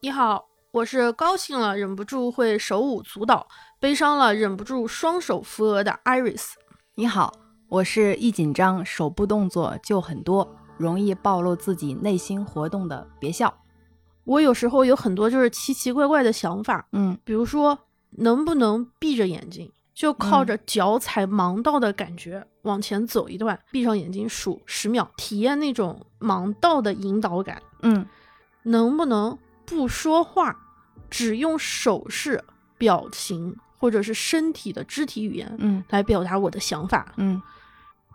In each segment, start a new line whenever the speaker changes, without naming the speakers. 一号，我是高兴了忍不住会手舞足蹈，悲伤了忍不住双手扶额的 Iris。
你好，我是一紧张手部动作就很多，容易暴露自己内心活动的别笑。
我有时候有很多就是奇奇怪怪的想法，
嗯，
比如说能不能闭着眼睛，就靠着脚踩盲道的感觉、往前走一段，闭上眼睛数十秒，体验那种盲道的引导感。
嗯，
能不能不说话，只用手势、表情或者是身体的肢体语言
嗯
来表达我的想法？
嗯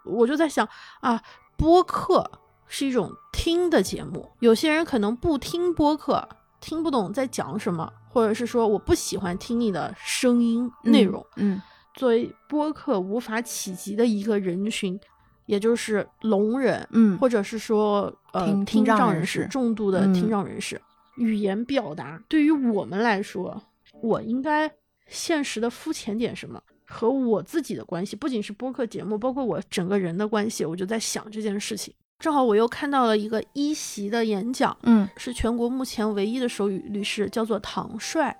我就在想啊，播客是一种听的节目，有些人可能不听播客，听不懂在讲什么，或者是说我不喜欢听你的声音内容。
嗯
作为播客无法企及的一个人群，也就是聋人，
嗯
或者是说呃
听
听
听障
障
人
人士、
士
重度的
嗯
听障人士，语言表达对于我们来说，我应该现实的肤浅点什么？和我自己的关系，不仅是播客节目，包括我整个人的关系，我就在想这件事情。正好我又看到了一个一席的演讲，
嗯
是全国目前唯一的手语律师，叫做唐帅。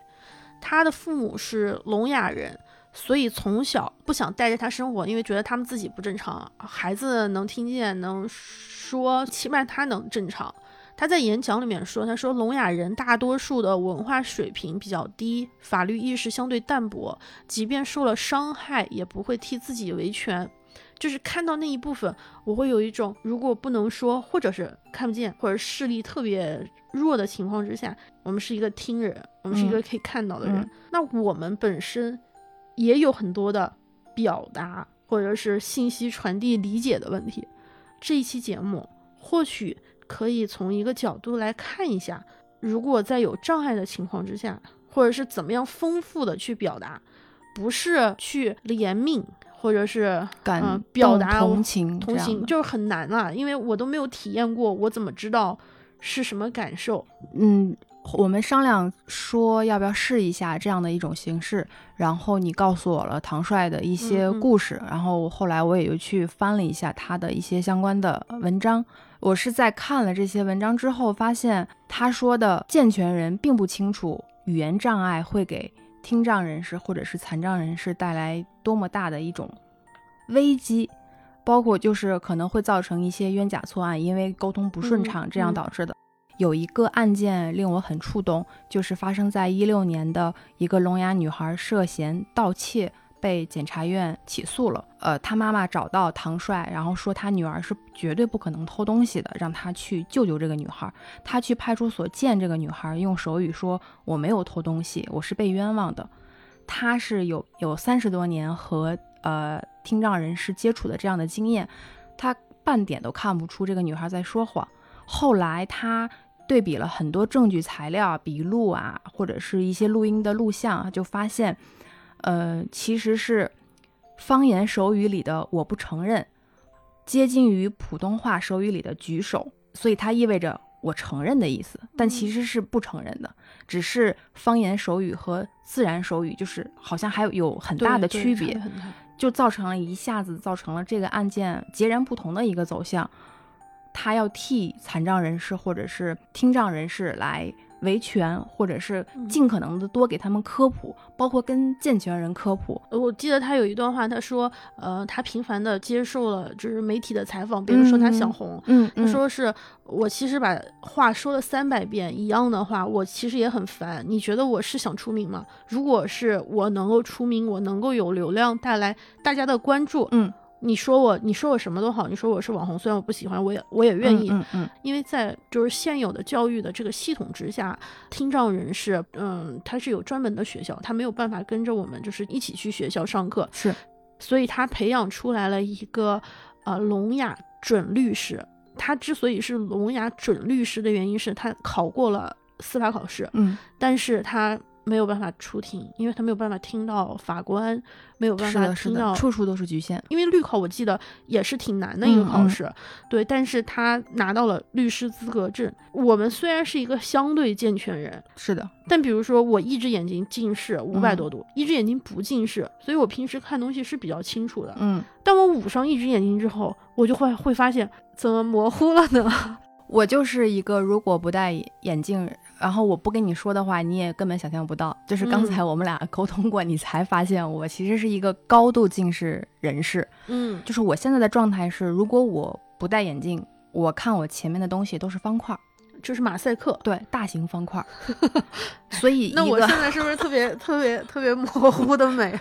他的父母是聋哑人，所以从小不想带着他生活，因为觉得他们自己不正常，孩子能听见能说，起码他能正常。他在演讲里面说，他说聋哑人大多数的文化水平比较低，法律意识相对淡薄，即便受了伤害，也不会替自己维权。就是看到那一部分，我会有一种如果不能说，或者是看不见，或者视力特别弱的情况之下，我们是一个听人，我们是一个可以看到的人。
嗯
那我们本身也有很多的表达或者是信息传递理解的问题。这一期节目或许可以从一个角度来看一下，如果在有障碍的情况之下，或者是怎么样丰富的去表达，不是去怜悯或者是
感
呃、表
动
达
同情
同
这样
情
的
就是很难啊，因为我都没有体验过，我怎么知道是什么感受？
嗯，我们商量说要不要试一下这样的一种形式，然后你告诉我了唐帅的一些
嗯嗯
故事，然后后来我也就去翻了一下他的一些相关的文章。我是在看了这些文章之后，发现他说的健全人并不清楚语言障碍会给听障人士或者是残障人士带来多么大的一种危机。包括就是可能会造成一些冤假错案，因为沟通不顺
嗯
畅，这样
嗯
导致的。有一个案件令我很触动，就是发生在一六年的一个聋哑女孩涉嫌盗窃被检察院起诉了。呃，她妈妈找到唐帅，然后说她女儿是绝对不可能偷东西的，让他去救救这个女孩。他去派出所见这个女孩，用手语说：“我没有偷东西，我是被冤枉的。”他是有有三十多年和呃听障人士接触的这样的经验，他半点都看不出这个女孩在说谎。后来他对比了很多证据材料、笔录啊，或者是一些录音的录像啊，就发现，呃，其实是方言手语里的“我不承认”接近于普通话手语里的“举手”，所以它意味着我承认的意思，但其实是不承认的，只是方言手语和自然手语就是好像还有有很大的
对
区
对
别
差别。很大
就造成了一下子造成了这个案件截然不同的一个走向。他要替残障人士或者是听障人士来维权，或者是
嗯
尽可能的多给他们科普，包括跟健全人科普。
我记得他有一段话，他说，呃，他频繁的接受了就是媒体的采访，比如说他想红，
嗯
他说是我其实把话说了三百遍一样的话，我其实也很烦。你觉得我是想出名吗？如果是我能够出名，我能够有流量带来大家的关注，
嗯，
你说我，你说我什么都好，你说我是网红，虽然我不喜欢，我也我也愿意，
嗯嗯
因为在就是现有的教育的这个系统之下，听障人士，嗯，他是有专门的学校，他没有办法跟着我们就是一起去学校上课，
是
所以他培养出来了一个呃聋哑准律师。他之所以是聋哑准律师的原因是他考过了司法考试，
嗯
但是他没有办法出庭，因为他没有办法听到法官，没有办
是
法
的是
听
的，
到
处处都是局限。
因为律考我记得也是挺难的
嗯
一个考试，对，但是他拿到了律师资格证。我们虽然是一个相对健全人，
是的，
但比如说我一只眼睛近视五百
嗯
多度，一只眼睛不近视，所以我平时看东西是比较清楚的。
嗯。
当我捂上一只眼睛之后，我就会会发现怎么模糊了呢？
我就是一个如果不戴眼镜，然后我不跟你说的话，你也根本想象不到。就是刚才我们俩沟通过，你才发现我其实是一个高度近视人士。
嗯
就是我现在的状态是，如果我不戴眼镜，我看我前面的东西都是方块儿，
就是马赛克。
对，大型方 块儿。所以一
那我
个
现在是不是特别特别特别模糊的 美？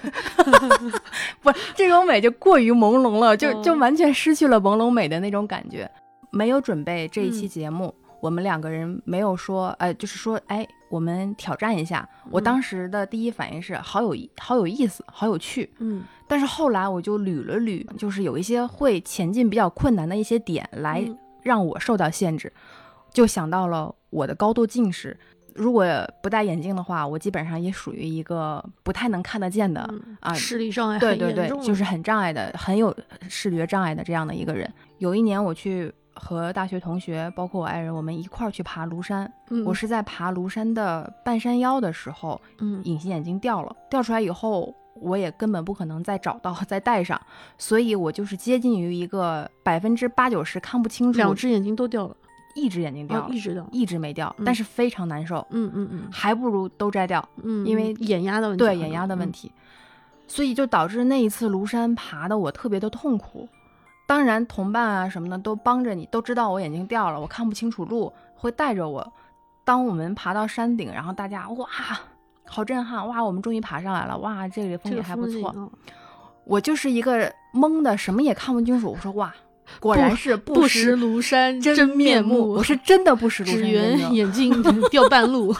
不，这种美就过于朦胧了，就就
嗯
完全失去了朦胧美的那种感觉。没有准备这一期
嗯
节目，我们两个人没有说，呃，就是说，哎，我们挑战一下。我
嗯
当时的第一反应是，好有意好有意思，好有趣。
嗯，
但是后来我就捋了捋，就是有一些会前进比较困难的一些点，来
嗯
让我受到限制，就想到了我的高度近视。如果不戴眼镜的话，我基本上也属于一个不太能看得见的、
嗯
啊，
视力障碍
对
很
对
严
对
重，
就
了
是很障碍的，很有视觉障碍的这样的一个人。有一年我去和大学同学，包括我爱人，我们一块儿去爬庐山。
嗯
我是在爬庐山的半山腰的时候，
嗯
隐形眼镜掉了，掉出来以后，我也根本不可能再找到 再戴上，所以我就是接近于一个百分之八九十看不清楚，
两只眼睛都掉了，
一只眼睛掉
哦
了，，
一直掉了。
一只没掉，
嗯
但是非常难受，
嗯嗯嗯
还不如都摘掉。
嗯，
因为
眼压的问题可
对
能，
眼压的问
嗯，
题，所以就导致那一次庐山爬的我特别的痛苦。当然，同伴啊什么的都帮着你，都知道我眼睛掉了，我看不清楚路，会带着我。当我们爬到山顶，然后大家哇，好震撼！哇，我们终于爬上来了！哇，这里的
这
风景
个
还不
风景
错。
啊
我就是一个懵的，什么也看不清楚。我说哇，果然是
不识
识
庐山
真
面
目，我是真的不识庐
只
山真面
缘
目，
眼镜 掉半路。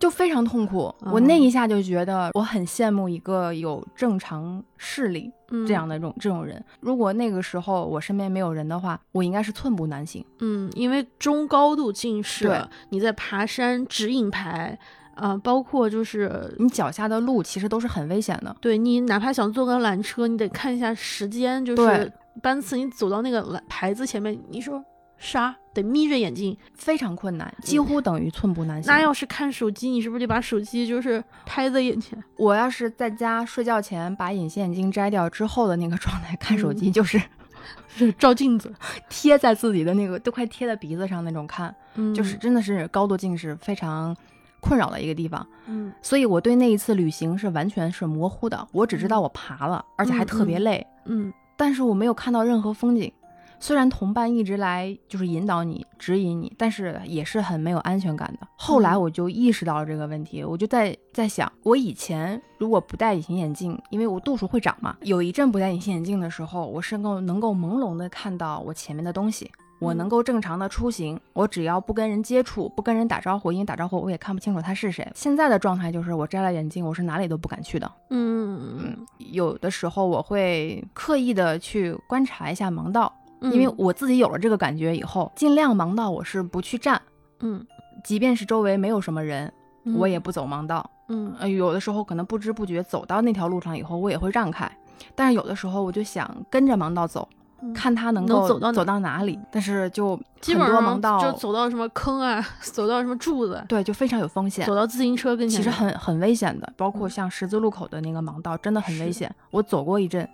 就非常痛苦。我
嗯
那一下就觉得我很羡慕一个有正常视力，
嗯
这样的这种这种人。如果那个时候我身边没有人的话，我应该是寸步难行。
嗯，因为中高度近视
对，
你在爬山、指引牌，啊，包括就是
你脚下的路其实都是很危险的。
对你哪怕想坐个缆车，你得看一下时间，就
对
是班次，你走到那个缆牌子前面，你说啥得眯着眼睛。
非常困难，几乎等于寸步难行。
那要是看手机，你是不是得把手机就是拍在眼前？
我要是在家睡觉前把隐形眼镜摘掉之后的那个 状态，看手
嗯
机就是
就是 照镜子，
贴在自己的那个，都快贴在鼻子上那种看，
嗯，
就是真的是高度近视非常困扰的一个地方。
嗯
所以我对那一次旅行是完全是模糊的，我只知道我爬了，而且还特别
嗯
累。
嗯
但是我没有看到任何风景。虽然同伴一直来就是引导你、指引你，但是也是很没有安全感的。后来我就意识到了这个问题，我就在在想，我以前如果不戴隐形眼镜，因为我度数会长嘛，有一阵不戴隐形眼镜的时候，我是够能够朦胧的看到我前面的东西，我
嗯
能够正常的出行，我只要不跟人接触、不跟人打招呼，因为打招呼我也看不清楚他是谁。现在的状态就是，我摘了眼镜，我是哪里都不敢去的。
嗯
有的时候我会刻意的去观察一下盲道，
嗯，
因为我自己有了这个感觉以后，尽量盲道我是不去站，
嗯，
即便是周围没有什么人，
嗯
我也不走盲道。
嗯
呃，有的时候可能不知不觉走到那条路上以后，我也会让开，但是有的时候我就想跟着盲道走，
嗯
看他能
能
够
走到哪
走到哪里，但是就
基
很
本
多
上
盲道
就走到什么坑啊， 走到什么柱子，
对就非常有风险
走。到自行车跟前，
其实很很危险的，包括
嗯
像十字路口的那个盲道，真的很
是
危
的
险。我走过一阵，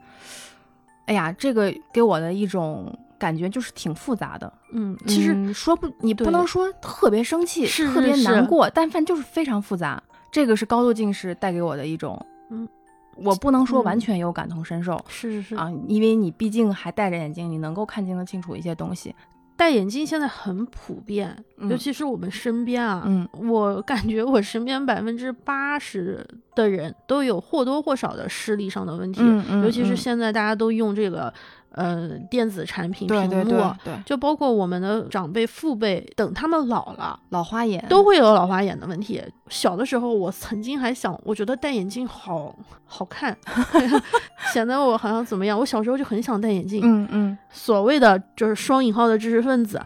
哎呀，这个给我的一种感觉就是挺复杂的。
嗯，其实
嗯说不，你不
对
能说特别生气，
是
特
是
别难
是
过，但反正就是非常复杂。这个是高度近视带给我的一种，
嗯，
我不能说完
嗯
全有感同身受、
是是是
啊，因为你毕竟还戴着眼镜，你能够看清得清楚一些东西。
戴眼镜现在很普遍，
嗯
尤其是我们身边啊，
嗯
我感觉我身边百分之八十的人都有或多或少的视力上的问题，
嗯嗯
尤其是
嗯
现在大家都用这个呃电子产品屏
对
幕，啊
对对对，
就包括我们的长辈、父辈，等他们老了。
老花眼
都会有老花眼的问题。小的时候，我曾经还想，我觉得戴眼镜好好看， 显得我好像怎么样。我小时候就很想戴眼镜，
嗯嗯，
所谓的就是双引号的知识分子。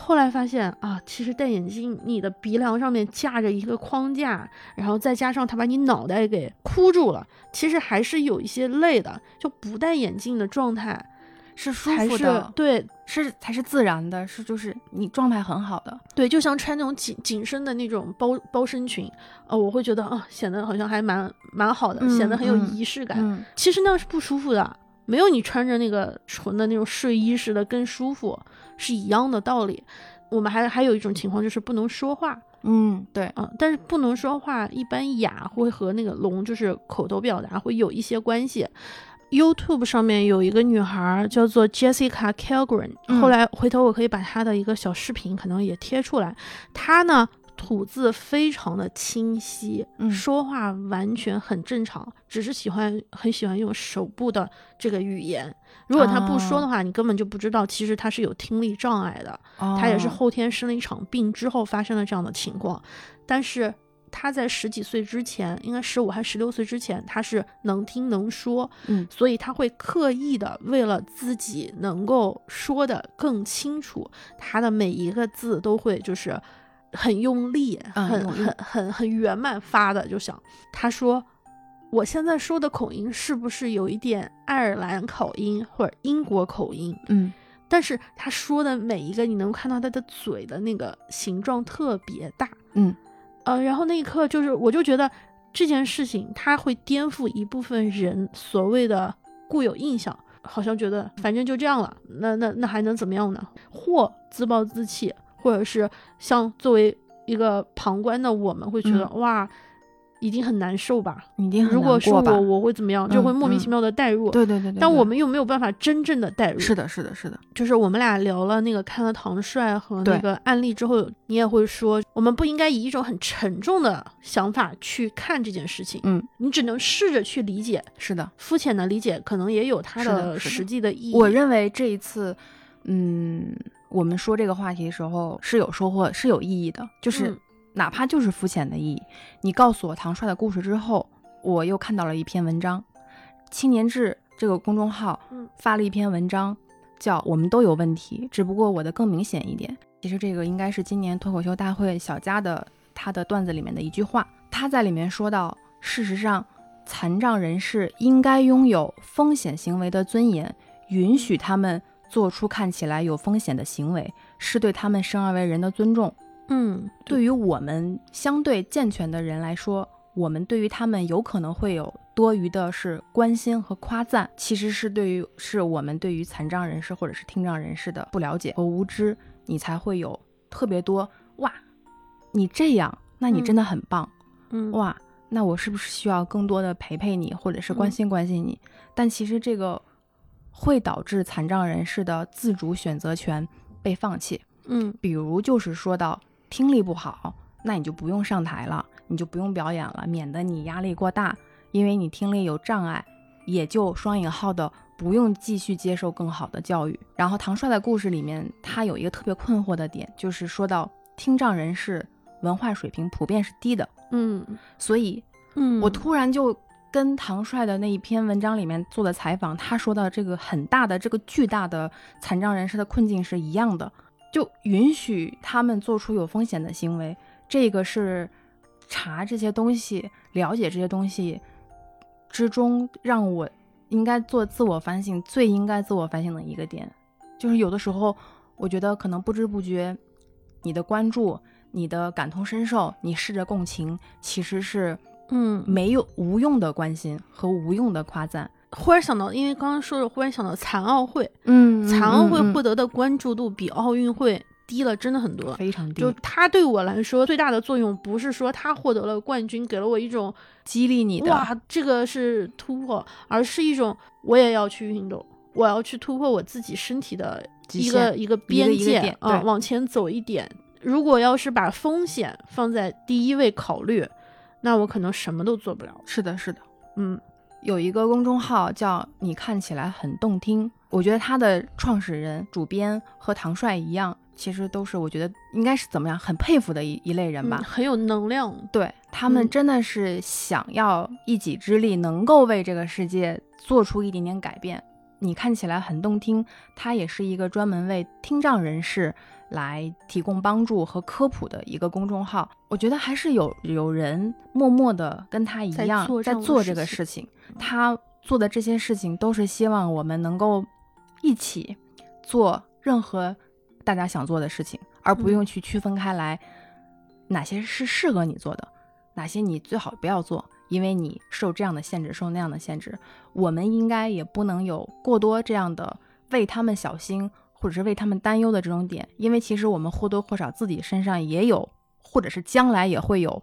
后来发现啊，其实戴眼镜，你的鼻梁上面架着一个框架，然后再加上它把你脑袋给箍住了，其实还是有一些累的。就不戴眼镜的状态，
是舒
还
服
是
的，
对
是才是自然的，是就是你状态很好的。
对，就像穿那种紧紧身的那种包包身裙，呃，我会觉得啊，显得好像还蛮蛮好的，显得很有
嗯嗯
仪式感。
嗯，
其实那样是不舒服的，没有你穿着那个纯的那种睡衣似的更舒服，是一样的道理。我们还还有一种情况就是不能说话，
嗯，对，
啊，但是不能说话，一般哑会和那个聋就是口头表达会有一些关系。YouTube 上面有一个女孩儿叫做 Jessica Calgren，、
嗯
后来回头我可以把她的一个小视频可能也贴出来。她呢吐字非常的清晰，
嗯
说话完全很正常，只是喜欢很喜欢用手部的这个语言。如果她不说的
哦
话，你根本就不知道其实她是有听力障碍的。
他
他也是后天生了一场病之后发生了这样的情况，但是他在十几岁之前，应该十五还十六岁之前，他是能听能说，
嗯
所以他会刻意的为了自己能够说的更清楚，他的每一个字都会就是很用力，
嗯
很
用力
很很很圆满发的，就想他说。我现在说的口音是不是有一点爱尔兰口音或者英国口音？
嗯
但是他说的每一个，你能看到他的嘴的那个形状特别大，
嗯
呃，然后那一刻就是，我就觉得这件事情它会颠覆一部分人所谓的固有印象，好像觉得反正就这样了，那那那还能怎么样呢？或自暴自弃，或者是像作为一个旁观的我们会觉得、哇，一定很难受吧？
一嗯定很
如果
难
是
过吧
我，我会怎么样？就
嗯
会莫名
嗯
其妙的代入。
对对对对，
但
对
我们又没有办法真正的代入，
是的，是的，是的，
就是我们俩聊了那个看了唐帅和那
对
个案例之后，你也会说，我们不应该以一种很沉重的想法去看这件事情。
嗯，
你只能试着去理解，
是的。
肤浅的理解可能也有它
是的是的
实际的意义。
我认为这一次，嗯，我们说这个话题的时候是有收获，是有意义的，就是、
嗯
哪怕就是肤浅的意义。你告诉我唐帅的故事之后，我又看到了一篇文章，青年志这个公众号
嗯
发了一篇文章，叫《我们都有问题，只不过我的更明显一点》。其实这个应该是今年脱口秀大会小佳的他的段子里面的一句话，他在里面说到，事实上，残障人士应该拥有风险行为的尊严，允许他们做出看起来有风险的行为，是对他们生而为人的尊重。
嗯，
对于我们相对健全的人来说，我们对于他们有可能会有多余的是关心和夸赞，其实是对于是我们对于残障人士或者是听障人士的不了解和无知，你才会有特别多哇，你这样，那你真的很棒、
嗯，
哇，那我是不是需要更多的陪陪你，或者是
嗯
关心关心你？但其实这个会导致残障人士的自主选择权被放弃。
嗯
比如就是说到听力不好，那你就不用上台了，你就不用表演了，免得你压力过大，因为你听力有障碍，也就双引号的不用继续接受更好的教育。然后唐帅的故事里面，他有一个特别困惑的点，就是说到听障人士文化水平普遍是低的，
嗯
所以
嗯，
我突然就跟唐帅的那一篇文章里面做的采访，他说到这个很大的、这个巨大的残障人士的困境是一样的，就允许他们做出有风险的行为，这个是查这些东西、了解这些东西之中，让我应该做自我反省，最应该自我反省的一个点，就是有的时候我觉得可能不知不觉，你的关注。你的感同身受，你试着共情，其实是
嗯
没有无用的关心和无用的夸赞。
忽然想到，因为刚刚说了，忽然想到残奥会，
嗯
残奥会获得的关注度比奥运会低了真的很多。
非常低，
就它对我来说最大的作用，不是说它获得了冠军，给了我一种
激励你的。
哇，这个是突破，而是一种我也要去运动，我要去突破我自己身体的
极
一个
限
一个
一个
边
一个
界
点
啊、
对
往前走一点。如果要是把风险放在第一位考虑，那我可能什么都做不了。
是的，是的，
嗯
有一个公众号叫“你看起来很动听”，我觉得他的创始人、主编和唐帅一样，其实都是我觉得应该是怎么样很佩服的一一类人吧。
嗯很有能量。
对他们
嗯
真的是想要一己之力，能够为这个世界做出一点点改变。你看起来很动听，它也是一个专门为听障人士来提供帮助和科普的一个公众号。我觉得还是有有人默默的跟他一
在
样
做这
在
样的
做
事
这个
情
事情，他做的这些事情都是希望我们能够一起做任何大家想做的事情，而不
嗯
用去区分开来哪些是适合你做的，哪些你最好不要做，因为你受这样的限制，受那样的限制。我们应该也不能有过多这样的为他们小心或者是为他们担忧的这种点，因为其实我们或多或少自己身上也有或者是将来也会有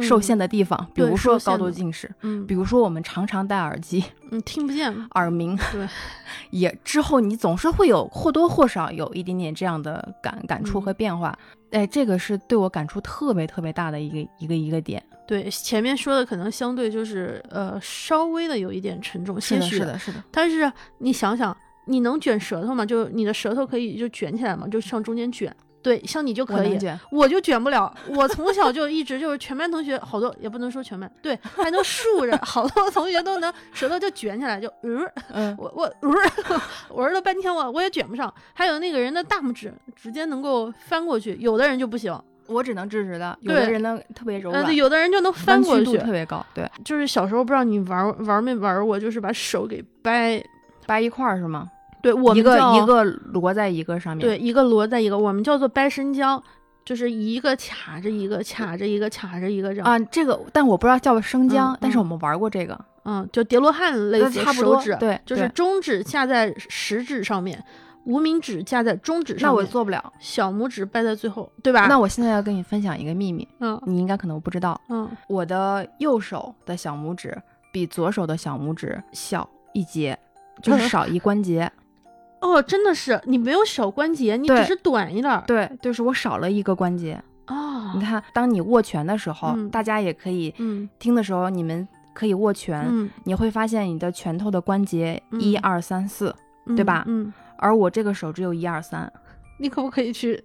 受限的地方，比
嗯对
如说
受限
高度
的
近视，
嗯，
比如说我们常常戴耳机、
嗯，听不见，
耳鸣，
对，
也之后你总是会有或多或少有一点点这样的感感触
嗯
和变化。哎，这个是对我感触特别特别大的一个一个一个点。
对，前面说的可能相对就是呃稍微的有一点沉重，
是
些
的，
许
是，的，是的，
但是你想想，你能卷舌头吗？就你的舌头可以就卷起来吗？就向中间卷。对，像你就
我
可以
能，卷。
我就卷不了。我从小就一直就是全班同学，好多也不能说全班，对，还能竖着，好多同学都能舌头就卷起来，就嗯、呃
嗯，
我我不是，我玩了半天我我也卷不上。还有那个人的大拇指直接能够翻过去，有的人就不行，
我只能直直的，有
对
的人呢特别柔
嗯、
软，
有的人就能翻
弯
过
曲度
去。
特别高。对，
就是小时候不知道你玩玩没玩过，就是把手给掰，
掰一块儿是吗？
对我们
一个
叫
一个摞在一个上面。
对一个摞在一个，我们叫做掰生姜，就是一个卡着一个，卡着一个，卡着一个这样。
啊，这个但我不知道叫生姜，
嗯
但是
嗯
我们玩过这个，
嗯，就叠罗汉类
呃
似，
差不
手
多
指
对
就是
对
中指架在食指上面，无名指架在中指
那
上面，
我做不了。
小拇指掰在最后，对吧？
那我现在要跟你分享一个秘密，
嗯
你应该可能不知道，
嗯，
我的右手的小拇指比左手的小拇指小一节， 就是少一关节。
哦，真的是你没有小关节，你只
对
是短一点儿
对，就是我少了一个关节。
啊
你。看，当你握拳的时候，
嗯
大家也可以
嗯
听的时候，你们可以握拳，
嗯，
你会发现你的拳头的关节
嗯
一二三四，
嗯
对吧
嗯，
而我这个手只有一二三。
你可不可以 去，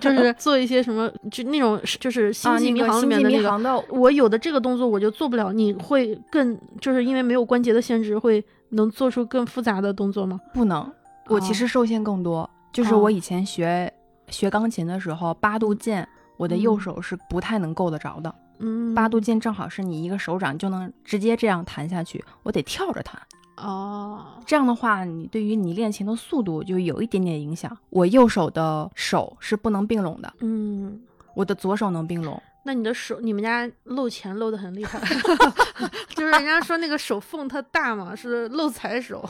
就是做一些什么，就那种就是《星
啊，
际
那
迷
个
航》里
星
面
际
的那
迷
个
航的
我有的这个动作我就做不了，你会更就是因为没有关节的限制，会能做出更复杂的动作吗？
不能，我其
哦
实受限更多。就是
哦
我以前学、学钢琴的时候，八度键我的右
嗯
手是不太能够得着的。
嗯，
八度键正好是你一个手掌就能直接这样弹下去，我得跳着弹。
哦，
这样的话，你对于你练琴的速度就有一点点影响。我右手的手是不能并拢的，
嗯，
我的左手能并拢。
那你的手，你们家漏钱漏的很厉 害，就是人家说那个手缝特大嘛，是漏财手，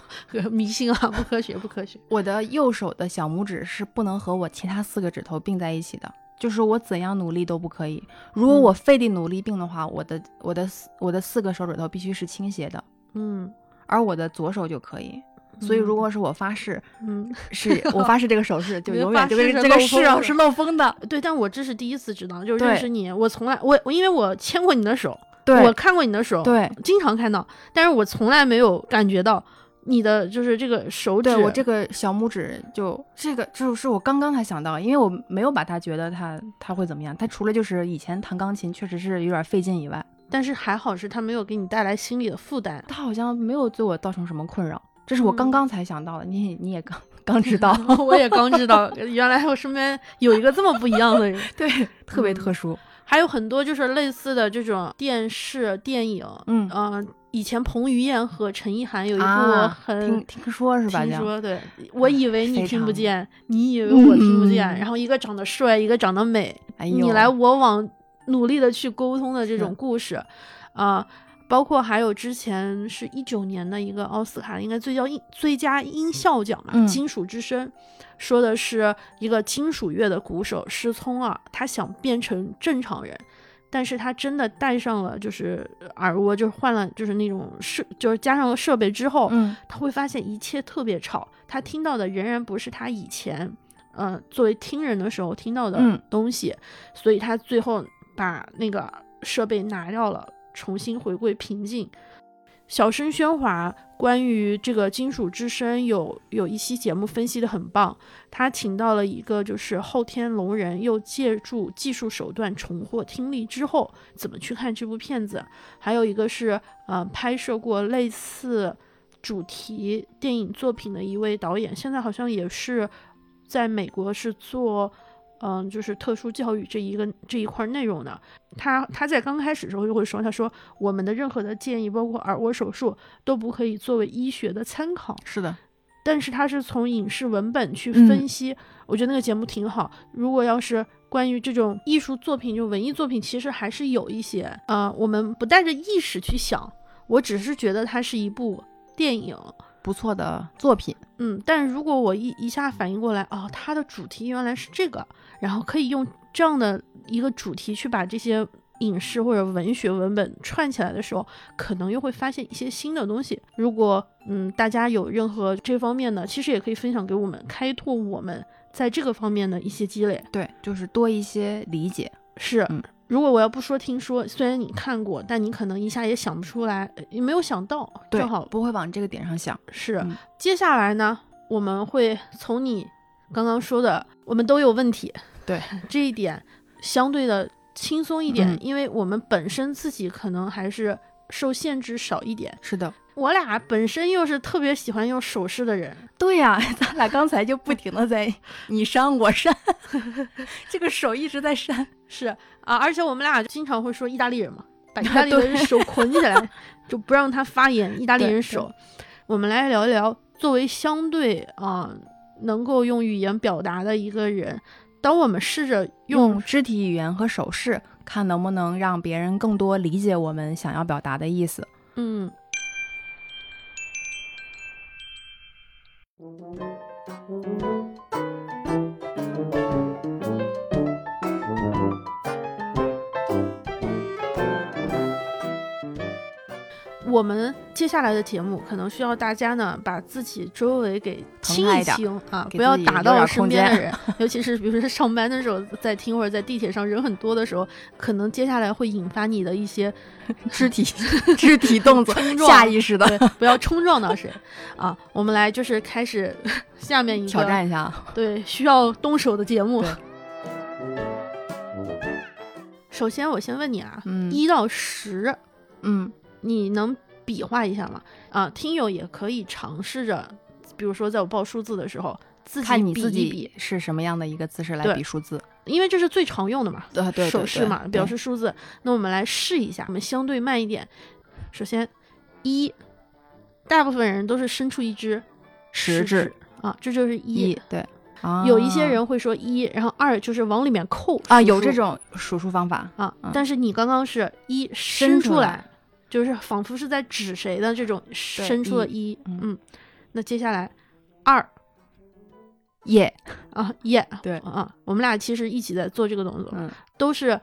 迷信啊，不科学，不科学。
我的右手的小拇指是不能和我其他四个指头并在一起的，就是我怎样努力都不可以。如果
嗯
我费力努力并的话，我的我的四我的四个手指头必须是倾斜的，
嗯
而我的左手就可以。所以，如果是我发誓，
嗯，
是我发誓这个 手势就
你的
永远
发
这个
誓是
这个
漏
势
风
啊
的
是漏 风的。
对，但我这是第一次知道，就是
对
认识你，我从来我我因为我牵过你的手，我看过你的手，
对
经常看到，但是我从来没有感觉到你的就是这个手指，
对，我这个小拇指就这个就是我刚刚才想到，因为我没有把它觉得它它会怎么样，它除了就是以前弹钢琴确实是有点费劲以外，
但是还好是它没有给你带来心理的负担。
它好像没有对我造成什么困扰，这是我刚
嗯
刚才想到的，你也你也刚刚知 道，
我也刚知道，原来我身边有一个这么不一样 的人，
对，特别
嗯
特殊，
还有很多就是类似的这种电视、电影，
嗯
呃，以前彭于晏和陈意涵有一部
啊
很
听听说是吧？
听
这样哎
说对，我以为你
非
听不
常
见，你以为我听不见，
嗯
然后一个长得帅，一个长得美，
哎呦
你来我往，努力的去沟通的这种
是
故事，啊、包括还有之前是一九年的一个奥斯卡，应该最佳音最佳音效奖嘛，
嗯
金属之声》，说的是一个金属乐的鼓手失聪啊，他想变成正常人。但是他真的戴上了，就是耳蜗，就是换了，就是那种设，就是加上了设备之后，
嗯
他会发现一切特别吵，他听到的仍然不是他以前，呃，作为听人的时候听到的
嗯
东西，所以他最后把那个设备拿掉了，重新回归平静。小声喧哗关于这个金属之声有有一期节目分析的很棒，他请到了一个就是后天聋人又借助技术手段重获听力之后怎么去看这部片子，还有一个是呃拍摄过类似主题电影作品的一位导演，现在好像也是在美国是做。嗯，就是特殊教育这一个这一块内容的，他他在刚开始的时候就会说，他说我们的任何的建议，包括耳蜗手术，都不可以作为医学的参考。
是的，
但是他是从影视文本去
嗯
分析，我觉得那个节目挺好。如果要是关于这种艺术作品，就文艺作品，其实还是有一些呃，我们不带着意识去想，我只是觉得它是一部电影，
不错的作品。
嗯，但如果我一一下反应过来，哦，它的主题原来是这个，然后可以用这样的一个主题去把这些影视或者文学文本串起来的时候，可能又会发现一些新的东西。如果嗯大家有任何这方面的，其实也可以分享给我们，开拓我们在这个方面的一些积累。
对，就是多一些理解。
是，
嗯
如果我要不说听说，虽然你看过，但你可能一下也想不出来，呃也没有想到，
对
正，好
不会往这个点上想。
是、
嗯
接下来呢，我们会从你刚刚说的，我们都有问题，
对
这一点相对的轻松一点，
嗯
因为我们本身自己可能还是受限制少一点。
是的，
我俩本身又是特别喜欢用手势的人，
对呀、 咱俩刚才就不停的 在你删我删， 这个手一直在删。
是啊，而且我们俩经常会说意大利人嘛，把意
对
大利人手捆起来，就不让他发言。意大利
对
人
对
手，我们来聊一聊，作为相对啊、能够用语言表达的一个人，当我们试着用
用肢体语言和手势，看能不能让别人更多理解我们想要表达的意思。
嗯，我们接下来的节目可能需要大家呢，把自己周围给清
爱
一
一点
清啊，
给
不要
自己
打
留
到
点
身
空
边的
间
人， 尤其是比如说上班的时候在听，或者在地铁上人很多的时候，可能接下来会引发你的一些
肢体 肢体动作
冲，撞
下意识的
对，不要冲撞到谁啊！我们来就是开始下面一个
挑战一下啊。
对需要动手的节目
对。
首先，我先问你啊，
嗯
一到十，
嗯，
你能比划一下吗？啊，听友也可以尝试着，比如说在我报数字的时候，自己
看你
比
自
一比
己，是什么样的一个姿势来
对
比数字。
因为这是最常用的嘛，
啊对对对
手势
对嗯
嘛，
对
表示数字。那我们来试一下，我们相对慢一点。首先，一，大部分人都是伸出一只
食
食
指
啊，这就是一。
一对，啊
有一些人会说一，然后二就是往里面扣
啊
数
有
数
这种数数方法，
啊
嗯，
但是你刚刚是一伸
伸出
出
来
来，就是仿佛是在指谁的这种伸出了一，
嗯
嗯，那接下来二
耶，
啊耶，
对
啊，我们俩其实一起在做这个动作，
嗯，
都是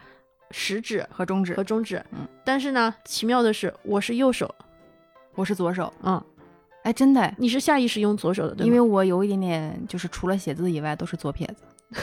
食指
和中指
和，中指，
嗯
但是呢，奇妙的是我是右手，
我是左手，
嗯，
哎，真的哎，
你是下意识用左手的，对
因
吗
为我有一点点，就是除了写字以外都是左撇子。
啊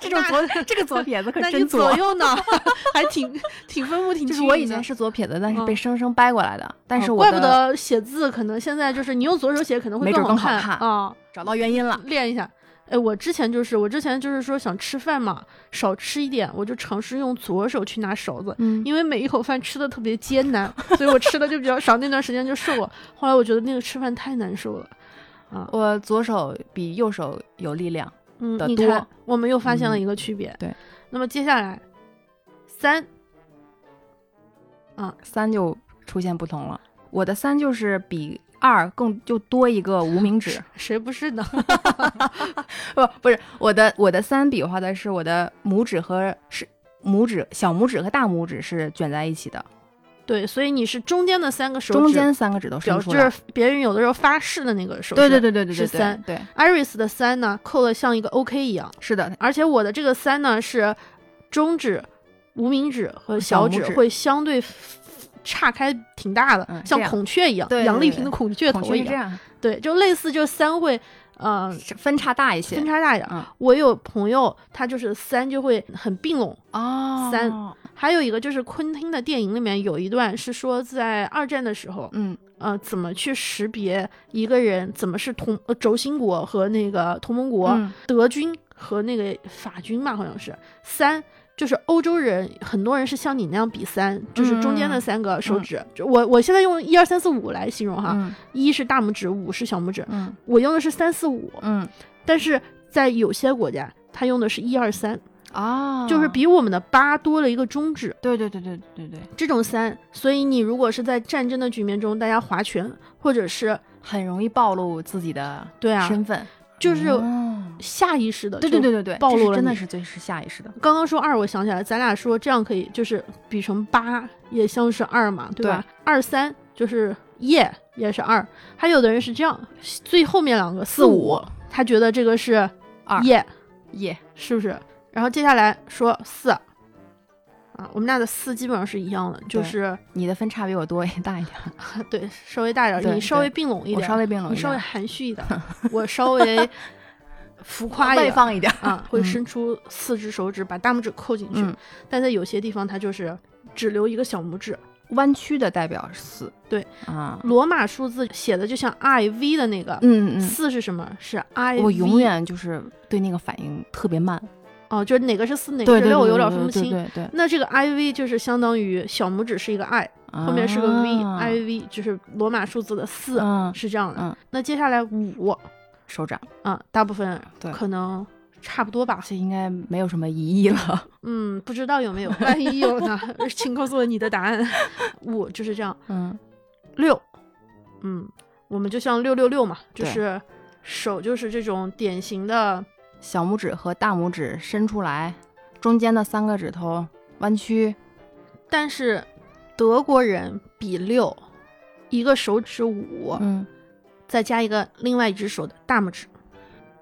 这种 左，这个左 撇子可
那你
真左
左。右呢， 还挺 挺分不挺
就是
均
我
匀
以
的
前是左撇子，但是
嗯
被生生掰过来的。但
哦
是我
怪不
的
得写字可能现在就是你用左手写可能会
没准
好
更好
看
看
啊、
找到原因了。
练一下。哎，我之前就是我之前就是说想吃饭嘛，少吃一点，我就尝试用左手去拿勺子。
嗯，
因为每一口饭吃的特别艰难，所以我吃的就比较少。那段时间就瘦了。后来我觉得那个吃饭太难受了，啊，
我左手比右手有力量。
嗯
得，
你
多
看，我们又发现了
嗯
一个区别。
对，
那么接下来三，
三就出现不同了，我的三就是比二更就多一个无名 指。
谁不是呢？
不，不是我的，我的三比划的是我的拇指和是拇指、小拇指和大拇指是卷在一起的，
对，所以你是中间的三个手指，
中间三个指头
表
伸出
就
来。
是别人有的时候发誓的那个手指。
对对对对对
是
对，
三
对，
Iris 的三呢，扣的像一个 OK 一样，
是的，
而且我的这个三呢是中指、无名指和小
小拇
指
指
会相对岔开挺大的，
嗯
像
这样
孔雀一样，
对对
杨丽
对
萍的孔雀
孔
头
雀
一
是这
样，
样，
对，就类似就三会呃
是分叉大一些。
分叉大一点。
嗯
我有朋友他就是三就会很并拢，
哦，
三，还有一个就是昆汀的电影里面有一段是说在二战的时候，
嗯，
呃，怎么去识别一个人怎么是同呃轴心国和那个同盟国，
嗯
德军和那个法军吧，好像是三。就是欧洲人，很多人是像你那样比三，就是中
嗯
间的三个手指。就我我现在用一二三四五来形容哈，
嗯
一是大拇指，五是小拇指。
嗯
我用的是三四五，
嗯，
但是在有些国家，他用的是一二三，
哦，
就是比我们的八多了一个中指。
对对对对对对，
这种三，所以你如果是在战争的局面中，大家划拳，或者是
很容易暴露自己的
对啊，
身份，
就是
哦
下意识的，
对对对。对对，
暴
这是
露了
真的
你
是最是下意识的，
刚刚说二，我想起来，咱俩说这样可以，就是比成八也像是二嘛，对吧？二三就是耶也是二，还有的人是这样，最后面两个四五，他觉得这个是
二
耶，
耶，
是不是？然后接下来说四，啊，我们俩的四基本上是一样的，就
对
是
你的分差比我多一大一点，
对稍微大一点，
对
你稍
对
微并拢一
我
点，
稍微变冷
你
一
稍微
点，
含蓄一点， 我稍微浮夸一
外
点。
放一点，
啊，会
嗯
伸出四只手指，把大拇指扣进去，
嗯，
但在有些地方它就是只留一个小拇指。
弯曲的代表是四，
对
啊，
罗马数字写的就像 I V 的那个，
嗯嗯
四是什么？是 I
嗯，我永远就是对那个反应特别慢，
哦，就是哪个是四，哪个
对
是
对，
六，我
对
有点
对
分不
对
清。
对对，对
那这个 I V 就是相当于小拇指是一个 I，后面是个 V，I、
啊
V 就是罗马数字的四、
嗯
是这样的。
嗯
那接下来五
手掌，
啊，大部分
对
可能差不多吧，
这应该没有什么疑义 了，
嗯，不知道有没有，万一有呢？ 请告诉我你的答案。 五就是这样，
嗯，
六，嗯，我们就像六六六嘛，就
对
是手就是这种典型的，
小拇指和大拇指伸出来，中间的三个指头弯曲，
但是德国人比六，一个手指五，
嗯
再加一个另外一只手的大拇指，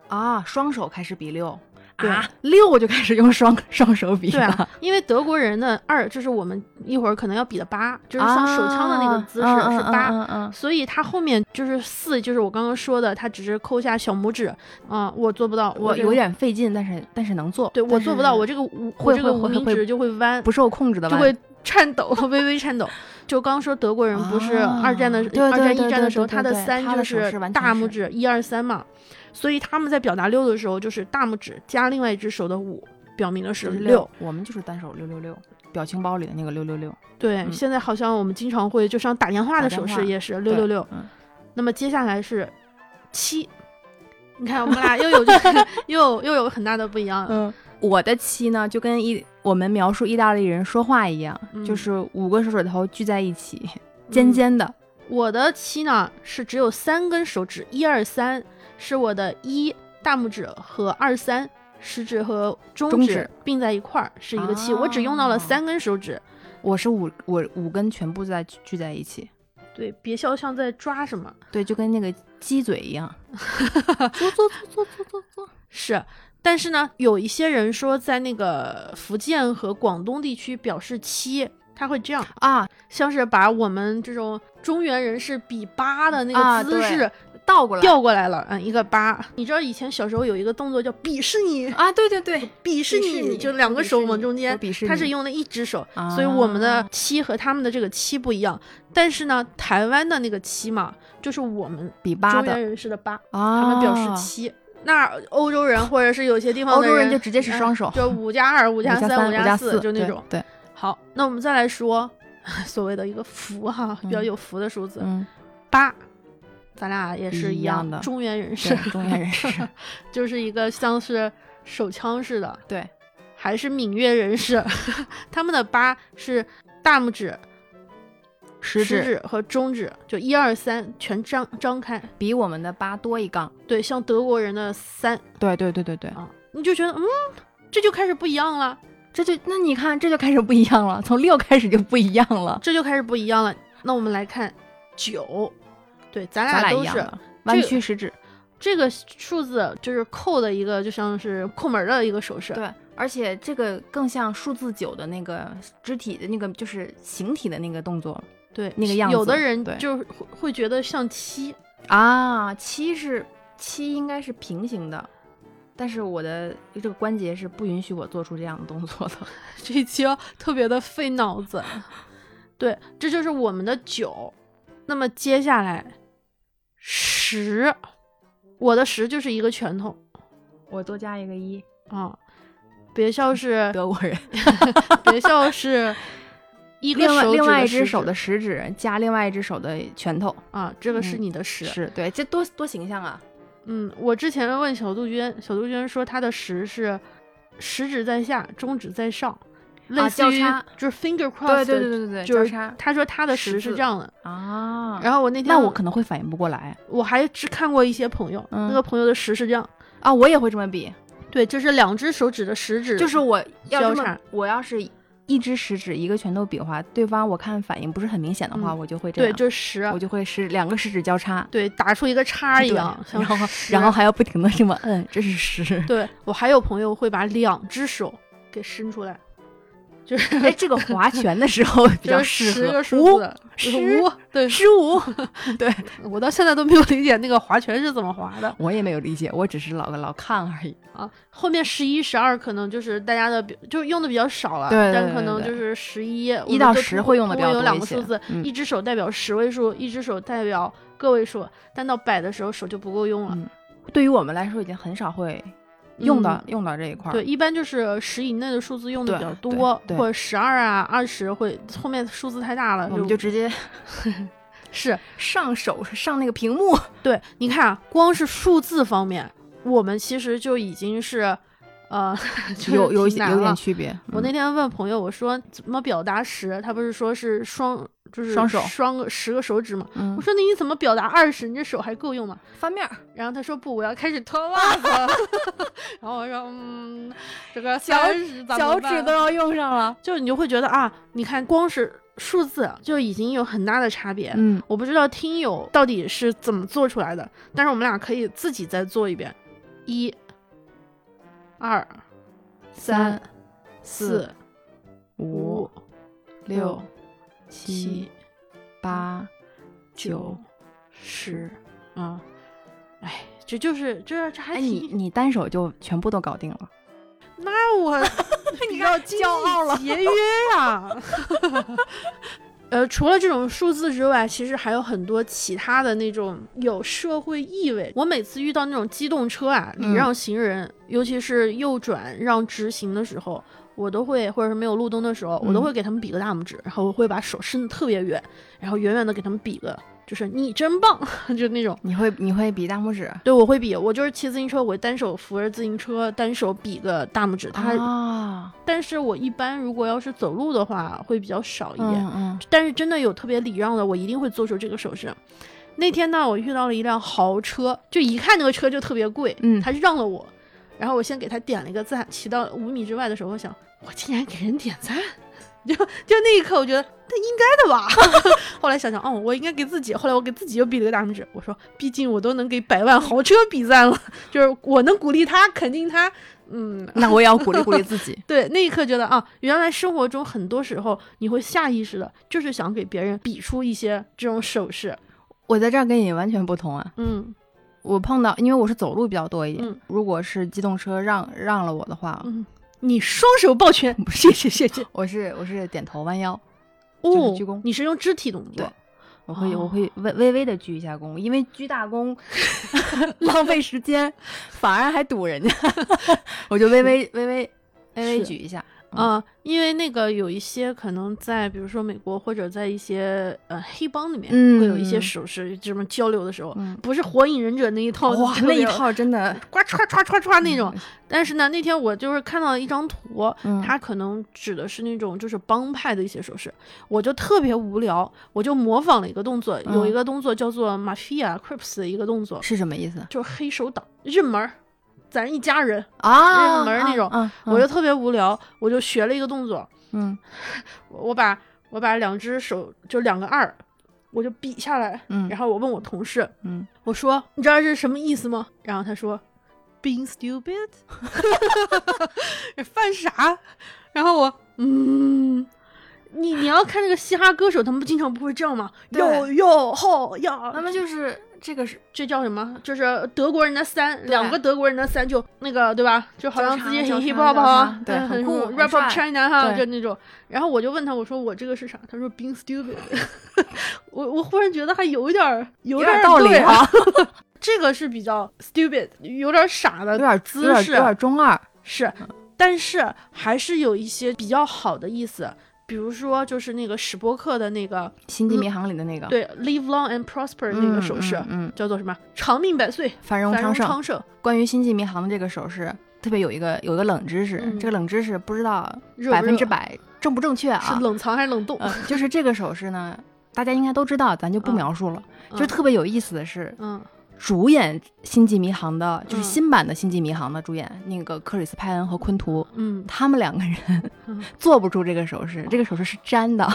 啊，双手开始比六
对
啊，六就开始用双双手比
对
了，
啊，因为德国人的二就是我们一会儿可能要比的八，就是像手枪的那个姿势
啊
是八。
嗯嗯嗯嗯
所以他后面就是四，就是我刚刚说的，他只是抠一下小拇指，啊、我做不到，
我
这个
有点费劲，但是但是能做，
对我
但
做不
是
到，我这个无我
会
这个
会
无
会
名
会
指就会弯，
不受控制的
就
弯，
会颤抖， 微微颤抖。就刚说德国人不是
啊
二战的、
对
二战
对对
一战的
对
时候，
对
他的
对
三
他
就
的手势完全
大
是
拇指一二三嘛，所以他们在表达六的时候，就是大拇指加另外一只手的五，表明的是
就
六
六。，我们就是单手六六六，表情包里的那个六六六，
对，
嗯
现在好像我们经常会，就像打电话
打
的
电
手
话
势也是六
对
六六。
嗯
那么接下来是七，你看我们俩又 有这个又有又有很大的不一样了。
嗯，我的七呢就跟意我们描述意大利人说话一样，
嗯
就是五个手指头聚在一起，尖
嗯
尖的，
我的七呢是只有三根手指，一二三是我的一大拇指和二三食指和中
中
指
指
并在一块儿是一个七，我只用到了
啊
三根手指。
我是五我五根全部在聚聚在一起，
对，别笑像在抓什么，
对，就跟那个鸡嘴一样，嘬嘬嘬嘬嘬嘬。
是。但是呢，有一些人说在那个福建和广东地区表示七，他会这样，
啊，
像是把我们这种中原人士比八的那
啊
个姿
对
势
倒过来
调过来了，嗯，一个八。你知道以前小时候有一个动作叫鄙视你，
啊，对对对，
鄙视
鄙视
你，
你
就两
我
个
鄙
手
视
往
你
中间
我鄙，视
他是
你
用的一只手，
啊
所以我们的七和他们的这个七不一样。但是呢，台湾的那个七嘛，就是我们
比八
中
的
原人士的八，
啊，
他们表示七。哦那欧洲人或者是有些地方
欧
的
洲人
人
就直接是
哎
双手
就五加二、五
五
加
三
五
加
四，就那
对
种。
对，
好，那我们再来说 所谓的一个福哈，比较
嗯
有福的数字
嗯，
八。咱俩也是
一
样
样的
中原人士
对，，中原人 士，
就是一个像是手枪似的，
对，
还是闽越人士， 他们的八是大拇指、
食
食指和中指，就一二三全张张开。
比我们的八多一杠，
对，像德国人的三
对对对对对，
啊，你就觉得嗯，这就开始不一样了，
这就那你看这就开始不一样了，从六开始就不一样了，
这就开始不一样了。那我们来看九，对，咱
咱
俩
俩
都
一样
是
了，
这
弯
个
曲食指，
这个数字，就是扣的一个，就像是扣门儿的一个手势。
对，而且这个更像数字九的那个肢体的那个，就是形体的那个动作
对，
那个样子
有的人
对
就是会会觉得像七，
啊。七是七应该是平行的，但是我的这个关节是不允许我做出这样的动作的。
这一期要特别的费脑子。对，这就是我们的九。那么接下来十，我的十就是一个拳头
我多加一个一，
啊，别笑是，
德国人。
别笑是一个
另外
手指
另外一
食
只手
指
的食指加另外一只手的拳头，
啊，这个是
嗯
你的十。
是对，这多多形象啊！
嗯，我之前问小杜鹃，小杜鹃说她的十是食指在下，中指在上，类
啊
似
交
于
叉
就是 finger cross
对对
的
对对对，
就
交
是
叉
她说她的十
十
是
字
这样的。
啊。
然后我那天
那我可能会反应不过来
我还只看过一些朋友，
嗯
那个朋友的十是这样，
啊，我也会这么比，
对，就是两只手指的食指，
就是我要
交
这么
叉，
我要是一只食指一个拳头比划，对方我看反应不是很明显的话，
嗯
我就会这
对，
样，
就是十
我，就会是两个食指交叉，
对，打出一个叉一
对
样，像
然后
十
然后还要不停的这么摁，这 是十。
对我还有朋友会把两只手给伸出来，就是
哎，这个划拳的时候比
就
较
是
适
十
合哦
个数
五
字，
十
五，对，
十 五，
我到现在都没有理解那个划拳是怎么划的
我也没有理解，我只是老老看而已。
啊。后面十一、十二可能就是大家的比，就是用的比较少了，
对对
但
对
可能
对
就是十一
一到十会用的比较
有
多
两
一
个
些
数字，
嗯
一只手代表十位数，一只手代表个位数，但到百的时候手就不够用了。
嗯对于我们来说，已经很少会用到、
嗯
用到这一块儿。
对，一般就是十以内的数字用的比
对
较
对
多，
对
或者十二啊、二十会后面数字太大了，
我们就直接
是
上手上那个屏 幕。
对。你看啊，光是数字方面，我们其实就已经是，呃， 就是
有有一
挺
些
难
有
了
点区别。
我那
嗯
天问朋友，我说怎么表达十？他不是说是双，就是
双手
双个十个手指嘛？
嗯
我说那你怎么表达二十？你这手还够用吗？
翻面儿，
然后他说不，我要开始脱袜子 了。然后我说嗯，这个
脚
30咋
脚
么
趾
办
都要用上了。
就你就会觉得啊，你看光是数字啊就已经有很大的差别。
嗯，
我不知道听友到底是怎么做出来的，但是我们俩可以自己再做一遍，一、二、
三、
四、
五
五、、
六、
七
七、、八、九、
十，啊，哎，这就是这这还
哎，
挺
你你单手就全部都搞定了。
那 我比较精
骄傲了
益节约呀、 呃，除了这种数字之外，其实还有很多其他的那种有社会意味。我每次遇到那种机动车啊，礼
嗯
让行人，尤其是右转让直行的时候，我都会，或者是没有路灯的时候，我都
嗯
会给他们比个大拇指，然后我会把手伸得特别远，然后远远的给他们比个，就是你真棒， 就那种。
你会你会比大拇指
对，我会比，我就是骑自行车，我会单手扶着自行车，单手比个大拇指。他
啊？
但是我一般如果要是走路的话，会比较少一点。
嗯嗯，
但是真的有特别礼让的，我一定会做出这个手势。那天呢，我遇到了一辆豪车，就一看那个车就特别贵，
嗯
他让了我，然后我先给他点了一个赞。骑到五米之外的时候，我想，我竟然给人点赞， 就就那一刻，我觉得他应该的吧。 后来想想，哦，我应该给自己。后来我给自己又比了个大拇指，我说，毕竟我都能给百万豪车比赞了，就是我能鼓励他，肯定他，嗯，。
那我也要鼓励鼓励自 己
对，那一刻觉得啊，原来生活中很多时候你会下意识的，就是想给别人比出一些这种手势。
我在这儿跟你完全不同啊！
嗯
我碰到，因为我是走路比较多一点，
嗯
如果是机动车让让了我的话，
嗯，你双手抱 拳，谢谢谢谢。
我是我是点头弯腰，
哦，
鞠躬
你是用肢体动作
对。我会、
哦
我会微微微的鞠一下躬，因为鞠大 躬浪费时间，反而还堵人家， 我就微微微微微微
是
举一下。嗯
啊、因为那个有一些可能在，比如说美国或者在一些呃黑帮里面，会有一些
嗯
手势，这么交流的时候，
嗯
不是火影忍者那一套，
哇，那一套真的
呱唰唰唰唰那种。但是呢，那天我就是看到了一张图，
嗯
它可能指的是那种就是帮派的一些手势，我就特别无聊，我就模仿了一个动作，
嗯
有一个动作叫做 mafia crips 的一个动作，
是什么意思
就是黑手党认门儿，咱一家人，
啊
日本人那种
啊
我就特别无聊，我就学了一个动作，
嗯
我我把我把两只手就两个二，我就比下来，
嗯
然后我问我同事，
嗯，
我说你知道这是什么意思吗？然后他说，being stupid，犯傻。然后我嗯，你你要看那个嘻哈歌手，他们不经常不会这样吗？
对
哟哟吼哟，
那么就是这个是
这叫什么？就是德国人的三，
对
两个德国人的三就那个对吧？就好像自
交叉
己
交
很
叉
hip hop
交
啊
叉，对
嗯
很酷很
rap of
帅
China 哈，就
对
那种。然后我就问他，我说我这个是啥？他说 being stupid。我 我忽然觉得还有一点儿有点
点
儿
道理
对
啊，
这个是比较 stupid，有点傻的
有点
姿
有点
势
有点中二，
是，但是还是有一些比较好的意思，比如说就是那个史波克的那个
《星际迷航》里的那个
嗯对 “live long and prosper”
啊嗯
那个手势，
嗯嗯，
叫做什么？长命百岁，
繁荣
繁
昌
荣
盛。
昌盛。
关于《星际迷航》的这个手势，特别有一个有一个冷知识，
嗯
这个冷知识不知道
热不
百分之
热
百正不正确啊
是？冷藏还是冷冻？
呃，就是这个手势呢，大家应该都知道，咱就不
嗯
描述了。就
嗯
特别有意思的是，
嗯
主演《星际迷航》的，就是
嗯
新版的《星际迷航》的主演、那个克里斯派恩和昆图，
嗯，
他们两个人
嗯
做不出这个手势，这个手势是粘的，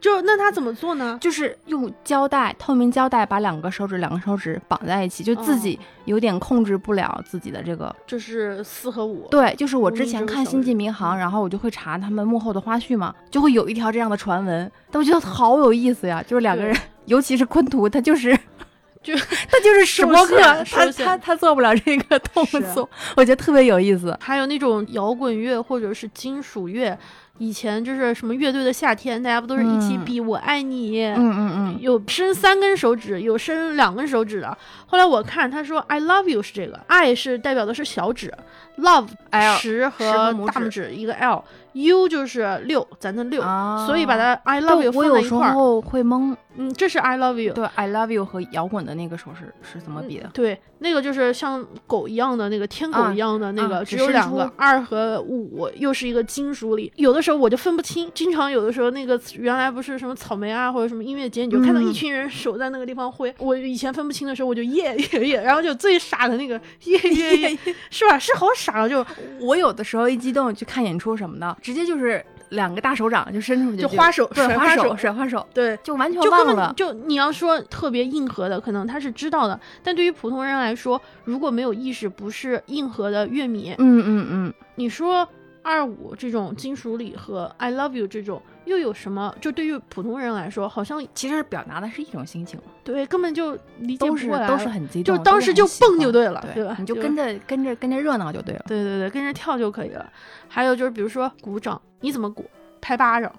就那他怎么做呢？
就是用胶带、透明胶带把两个手指、两个手指绑在一起，就
嗯
自己有点控制不了自己的这个。
这是四和五，
对，就是我
无
之
名指
前
和
看
嗯
《
小
星际
指
迷航》，
嗯
然后我就会查他们幕后的花絮嘛，就会有一条这样的传闻，但我觉得好有意思呀，就是两个
对
人， 尤其是昆图，他就是。
就
他就是史
受
波
限
克，他
受限
他他做不了这个动
是
作，我觉得特别有意思。
还有那种摇滚乐或者是金属乐，以前就是什么乐队的夏天，大家不都是一起
嗯
比“我爱你”
嗯嗯嗯，
有伸三根手指，有伸两根手指的。后来我看他说 “I love you” 是这个，“I” 是代表的是小指，“love”
L，
十和
十和拇指
大拇指一个 L，“U” 就是六，咱的六。
啊
所以把它 I
但
love you 放
我
在
有
一
时
块儿，
候会懵，
嗯，这是 I love you，
对，I love you 和摇滚的那个手势是怎么比 的？
对，那个就是像狗一样的那个天狗
啊
一样的那个，
啊
只
只
有
伸
两
出
个二和五，又是一个金属里。有的时候我就分不清，经常有的时候那个原来不是什么草莓啊或者什么音乐节，你就看到一
嗯
群人手在那个地方挥。我以前分不清的时候，我就耶耶耶，然后就最傻的那个耶耶耶，是吧？是好傻啊，就
我有的时候一激动去看演出什么的，直接就是两个大手掌就伸出去，
就花手
对
甩
花
花
手
手
甩花手，
对。
就完全
就根
忘
本
了。
就你要说特别硬核的，可能他是知道的，但对于普通人来说，如果没有意识，不是硬核的乐迷，
嗯嗯嗯，
你说二五这种金属礼和 I love you 这种又有什么？就对于普通人来说，好像
其实表达的是一种心情，
对根本就理解
都
不
是
过来
都是
了
很激
就
动，
当时就蹦就
对
对了，
对
吧？
你就
对
跟
吧
着跟着跟着热闹就对了。
对对对，跟着跳就可以了。还有就是，比如说鼓掌，你怎么鼓？拍巴掌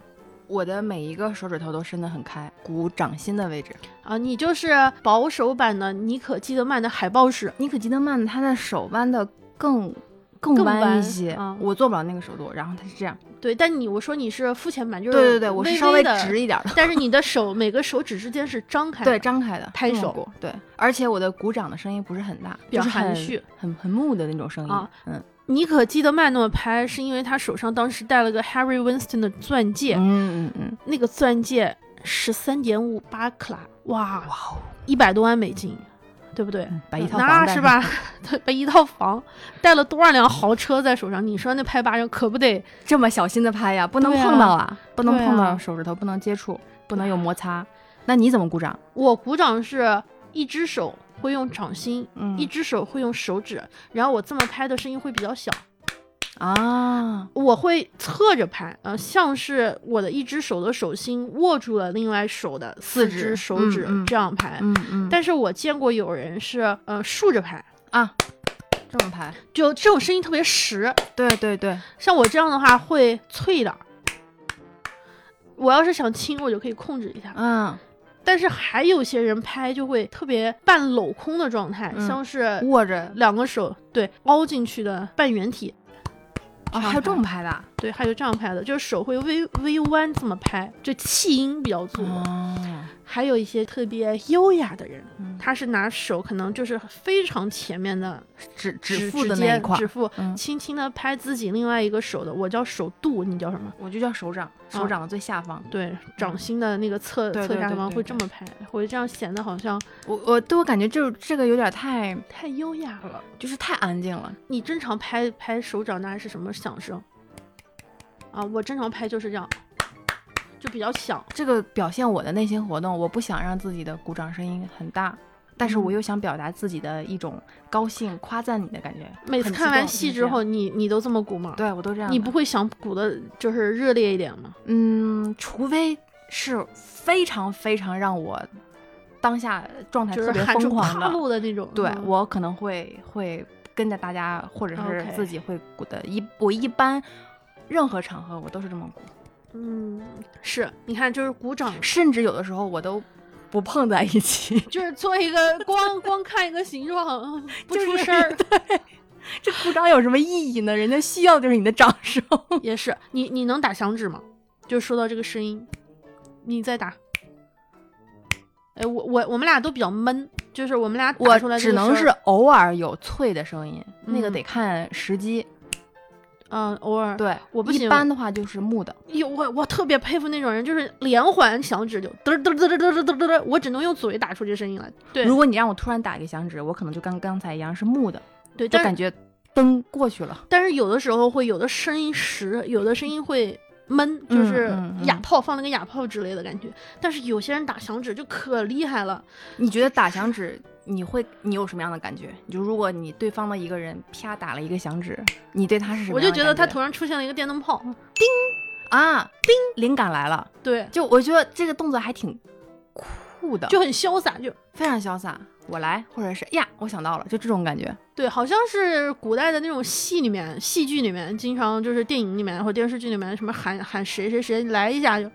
我的每一个手指头都伸得很开，鼓掌心的位置。
啊，你就是保守版的妮可基德曼的海豹式。
尼可基德曼他的手弯的更更
更
弯
弯
一些，
啊
我做不了那个手度，然后他是这样。
对，但你我说你是肤浅版，就是
对对对，我是稍微
的
直，一点的，
但是你的手每个手指之间是张开的，
对，张开的
拍手
这么鼓，对，而且我的鼓掌的声音不是很大，
比较
就是很
含蓄，
很很木的那种声音。
啊
嗯
妮可基德曼那么拍，是因为她手上当时戴了个 Harry Winston 的钻戒，
嗯嗯嗯，
那个钻戒十三点五八克拉，哇，
哇哦，
一百多万美金，对不对？
嗯把一套房
那
带
是
上
吧？ 对，把一套房，带了多少辆豪车在手上？你说那拍巴掌可不得？
这么小心的拍呀，不能
对啊
碰到啊，不能
对啊
碰到手指头，不能接触，不能有摩擦。那你怎么鼓掌？
我鼓掌是一只手会用掌心，
嗯
一只手会用手指，然后我这么拍的声音会比较小，
啊，
我会侧着拍，呃，像是我的一只手的手心握住了另外手的四
四指
只手指，
嗯嗯
这样拍。
嗯嗯，
但是我见过有人是呃竖着拍，
啊，这么拍，
就这种声音特别实。
对对对，
像我这样的话会脆的。我要是想轻，我就可以控制一下。
嗯，
但是还有些人拍就会特别半镂空的状态，
嗯
像是
握着
两个手对凹进去的半圆体。上
啊，还有这
拍
么拍的啊，
对，还有这样拍的，就是手会微微弯这么拍，就气音比较足。
哦，
还有一些特别优雅的人，
嗯
他是拿手可能就是非常前面的
指
指
指腹的
指
那一
尖
块
指
儿，
腹
嗯
轻轻的拍自己另外一个手的，我叫手肚，你叫什么？
我就叫手掌，手掌的最下方。
对，掌心的那个侧
对
侧
对
下
对
方
对
会
对
这么拍，会这样显得好像
我我对我感觉就是这个有点太，
太优雅了。
就是太安静了。
你正常拍拍手掌那是什么响声？啊，我正常拍就是这样，就比较响。
这个表现我的内心活动，我不想让自己的鼓掌声音很大，但
嗯
是我又想表达自己的一种高兴、夸赞你的感觉。
每次
很激
看完
动
戏
就是
之
这样
后，你你都这么鼓吗？
对啊我都这样的。
你不会想鼓的，就是热烈一点吗？
嗯，除非是非常非常让我当下状态
就
特
是
别
喊
疯
出
狂
哈
的，
喽的那种。
对
嗯
我可能会会跟着大家，或者是
OK
自己会鼓的。一我一般任何场合我都是这么鼓，
嗯，是，你看，就是鼓掌，
甚至有的时候我都不碰在一起，
就是做一个光光看一个形状，不
就是
出声儿，
这鼓掌有什么意义呢？人家需要的就是你的掌声。
也是。你你能打响指吗？就说到这个声音，你再打。哎，我我我们俩都比较闷，就是 我们俩打
我
出来这
只
个
能
声
是
儿
偶尔有脆的声音，那个
嗯
得看时机。
嗯，偶尔
对，
我不
一
行
般的话就是木的，
有我我特别佩服那种人，就是连环响指就嘚儿嘚儿嘚儿嘚儿嘚儿嘚儿嘚儿，我只能用嘴打出这声音来。对
如果你让我突然打一个响指，我可能就跟刚才一样是木的，
对，
就
但
感
是
觉噔过去了。
但是有的时候会有的声音实，有的声音会闷，就
嗯
是
嗯嗯
哑炮放了个哑炮之类的感觉。但是有些人打响指就可厉害了，
你觉得打响指，你会你有什么样的感觉？你就如果你对方的一个人啪打了一个响指，你对他是什么
我就
样的
觉得他
感嗯
头上出现了一个电灯泡。
啊，叮，灵感来了。
对，
就我觉得这个动作还挺酷的，
就很潇洒，就
非常潇洒。我来，或者是哎呀，我想到了，就这种感觉。
对，好像是古代的那种戏里面、戏剧里面，经常就是电影里面或者电视剧里面，什么喊喊谁谁谁来一下就，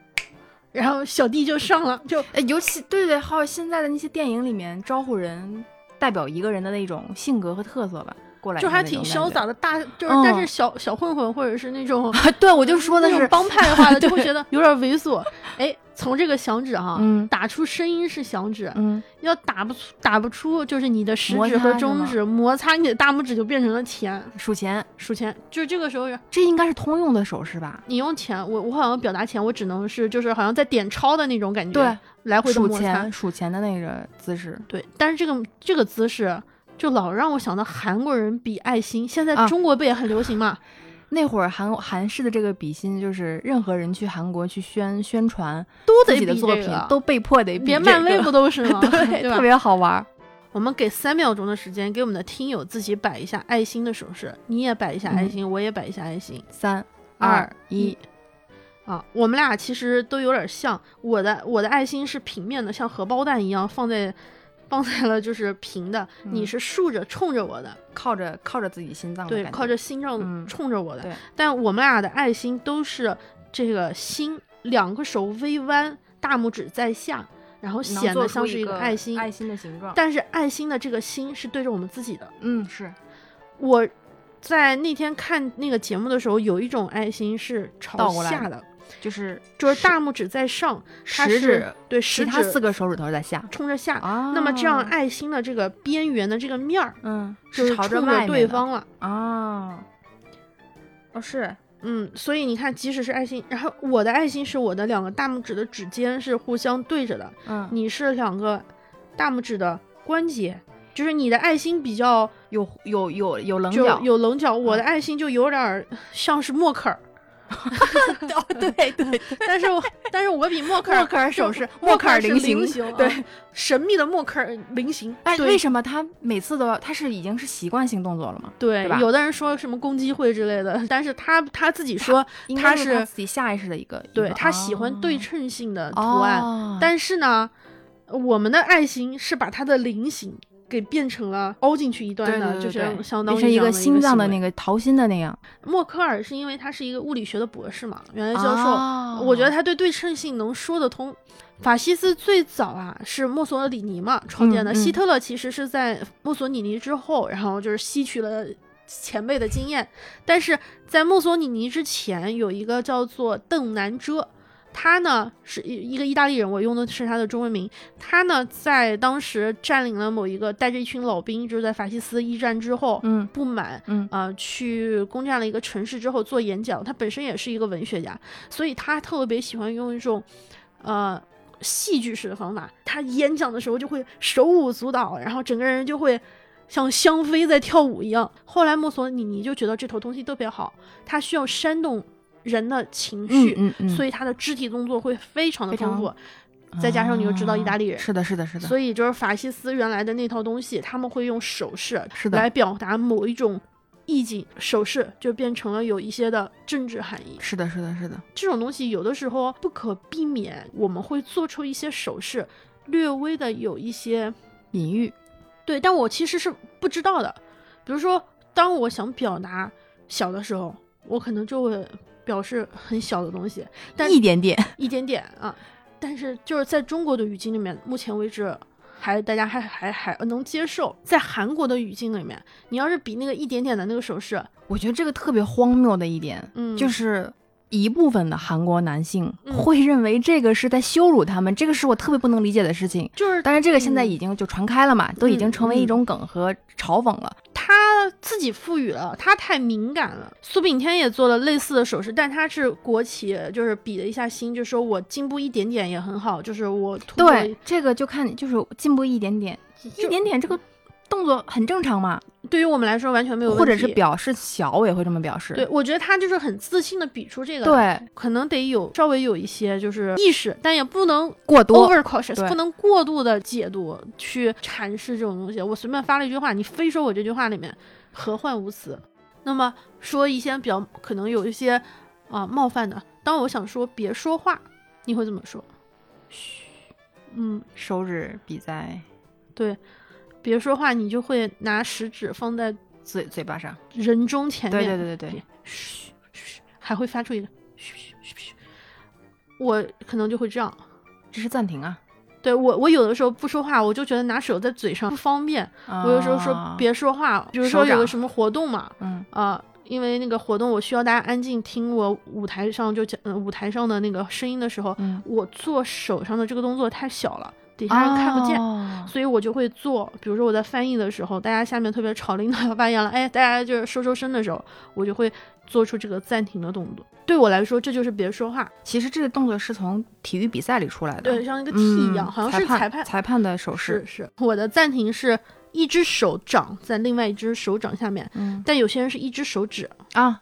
然后小弟就上了，就
哎，尤其对对，还有现在的那些电影里面，招呼人代表一个人的那种性格和特色吧，过来
就
人
还
的那
挺
种
潇
感觉
洒的，大就是
嗯
但是小小混混或者是那种
对，我就说的
那
是
种帮派的话的，就会
对
觉得有点猥琐。哎，从这个响指哈、
嗯
打出声音是响指，
嗯，
要打不出打不出，就是你的食
摩
指和
擦是
中
吗
指摩擦你的大拇指就变成了钱
嗯数钱，
数钱，就是这个时候
这应该是通用的手势吧？
你用钱，我我好像表达钱，我只能是就是好像在点钞的那种感觉，
对，，
来回的
数
摩擦
钱，，数钱的那个姿势。
对。但是这个这个姿势就老让我想到韩国人比爱心，现在
啊
中国不也很流行嘛？
那会儿韩韩式的这个比心，就是任何人去韩国去宣宣传
都
自
得
己
比
的
这
作品，
个
都被迫得比
连
这
漫威
个
不都是吗？
对，
对吧
特？别好玩儿。
我们给三秒钟的时间，给我们的听友自己摆一下爱心的手势，你也摆一下爱心，我也摆一下爱心。
三
二
嗯二一，
啊，我们俩其实都有点像。我的我的爱心是平面的，像荷包蛋一样放在 放在了就是平的，
嗯
你是竖着冲着我的，
靠着靠着自己心脏的
对，
感
靠
觉
着心脏
嗯
冲着我的。
对
但我们俩的爱心都是这个心，两个手微弯，大拇指在下，然后
能
显
做
得
出
像是
一
一个爱心。
爱心的形状。
但是爱心的这个心是对着我们自己的。
嗯，是
我在那天看那个节目的时候，有一种爱心是朝
倒过来
下
的
的，
就是
就是大拇指在上，它
食
是
指，
对
其
食
他
指
四个手指头在下。
冲着下。
啊，
那么这样，爱心的这个边缘的这个面儿
嗯，
就是
朝
冲
着
着
外面
对
的
方了。
啊，哦是，
嗯，所以你看，即使是爱心，然后我的爱心是我的两个大拇指的指尖是互相对着的，
嗯，
你是两个大拇指的关节，就是你的爱心比较
有有有有棱
就
角，嗯
有 棱角，我的爱心就有点儿像是默克尔，
哦对 对，
但是我但是我比默克尔
默克尔手
就
势，
默
克尔
是
菱
菱
形，嗯
对
对。，
神秘的默克尔菱形，
哎，
对
为什么他每次都要？他是已经是习惯性动作了吗？
对
对吧
有的人说什么攻击会之类的，但是他他自己说，
应
他
该
是
他自己下意识的一个，
对他喜欢对
称
称性的图案，
哦、
但是呢，我们的爱心是把它的菱形给变成了凹进去一段的，
对对对对
就是相当
变
于这
成一
样的
个心脏的
行为
那个桃心的那样。
默克尔是因为他是一个物理学的博士嘛，原来教授，
啊
呃我觉得他对对称性能说得通。法西斯最早啊是墨索里尼嘛创建的，
嗯嗯
希特勒其实是在墨索里尼之后，然后就是吸取了前辈的经验，但是在墨索里尼之前有一个叫做邓南遮。他呢是一一个意大利人，我用的是他的中文名。他呢在当时占领了某一个，带着一群老兵，就是在法西斯一战之后，
嗯
不满，
嗯
啊，去攻占了一个城市之后做演讲，他本身也是一个文学家，所以他特别喜欢用一种，呃，戏剧式的方法。他演讲的时候就会手舞足蹈，然后整个人就会像香妃在跳舞一样。后来墨索里尼就觉得这头东西特别好，他需要煽动人的情绪，
嗯嗯，
所
以
以他的肢体动作会非常的
非
丰
常啊
富。再加上你又知道意大利人
是的，是的，是的，
所以就是法西斯原来的那套东西，他们会用手势
是的
来表达某一种意境，手势就变成了有一些的政治含义。
是的，是的，是的，
这种东西有的时候不可避免，我们会做出一些手势，略微的有一些
隐喻
对，但我其实是不知道的。比如说，当我想表达小的时候，我可能就会表示很小的东西，但
一点点，
一点点啊。但是就是在中国的语境里面，目前为止还大家还还还呃能接受。在韩国的语境里面，你要是比那个一点点的那个手势，
我觉得这个特别荒谬的一点，
嗯，
就是。一部分的韩国男性
嗯
会认为这个是在羞辱他们，这个是我特别不能理解的事情。
就是
当然，这个现在已经就传开了嘛，都已经成为
嗯
一种梗和嘲讽了。
他自己赋予了，他太敏感了。苏炳添也做了类似的手势，但他是国企，就是比了一下心，就说我进步一点点也很好，就是我突破
对，这个就看你就是进步一点点，一点点这个动作很正常嘛，
对于我们来说完全没有问题。
或者是表示小，我也会这么表示。
对，我觉得他就是很自信的比出这个，，
对，
可能得有稍微有一些就是意识，但也不能
过多
over cautious，
对
不能过度的解读去阐释这种东西。我随便发了一句话，你非说我这句话里面何患无辞？那么说一些比较可能有一些啊、冒犯的，当我想说别说话，你会怎么说？嗯，
手指比在
别说话，你就会拿食指放在
嘴嘴巴上。
人中前面，
对对对对对，
嘘嘘，还会发出一个嘘嘘嘘嘘，我可能就会这样。
这是暂停啊。
对我，我有的时候不说话，我就觉得拿手在嘴上不方便，我有时候说
啊，
别说话，比如
手
说有个
掌
什么活动嘛，
嗯
啊、因为那个活动我需要大家安静听我舞台上就讲、呃舞台上的那个声音的时候，
嗯，
我做手上的这个动作太小了，底下人看不见。
哦
所以我就会做，比如说我在翻译的时候，大家下面特别吵，领导发言了，哎，大家就是收收声的时候，我就会做出这个暂停的动作。对我来说，这就是别说话，
其实这个动作是从体育比赛里出来的，
对，像一个 T
嗯，
一样，好像是
裁
裁判
裁判的手
是
势。
是，我的暂停是一只手掌在另外一只手掌下面，
嗯
但有些人是一只手指，
啊，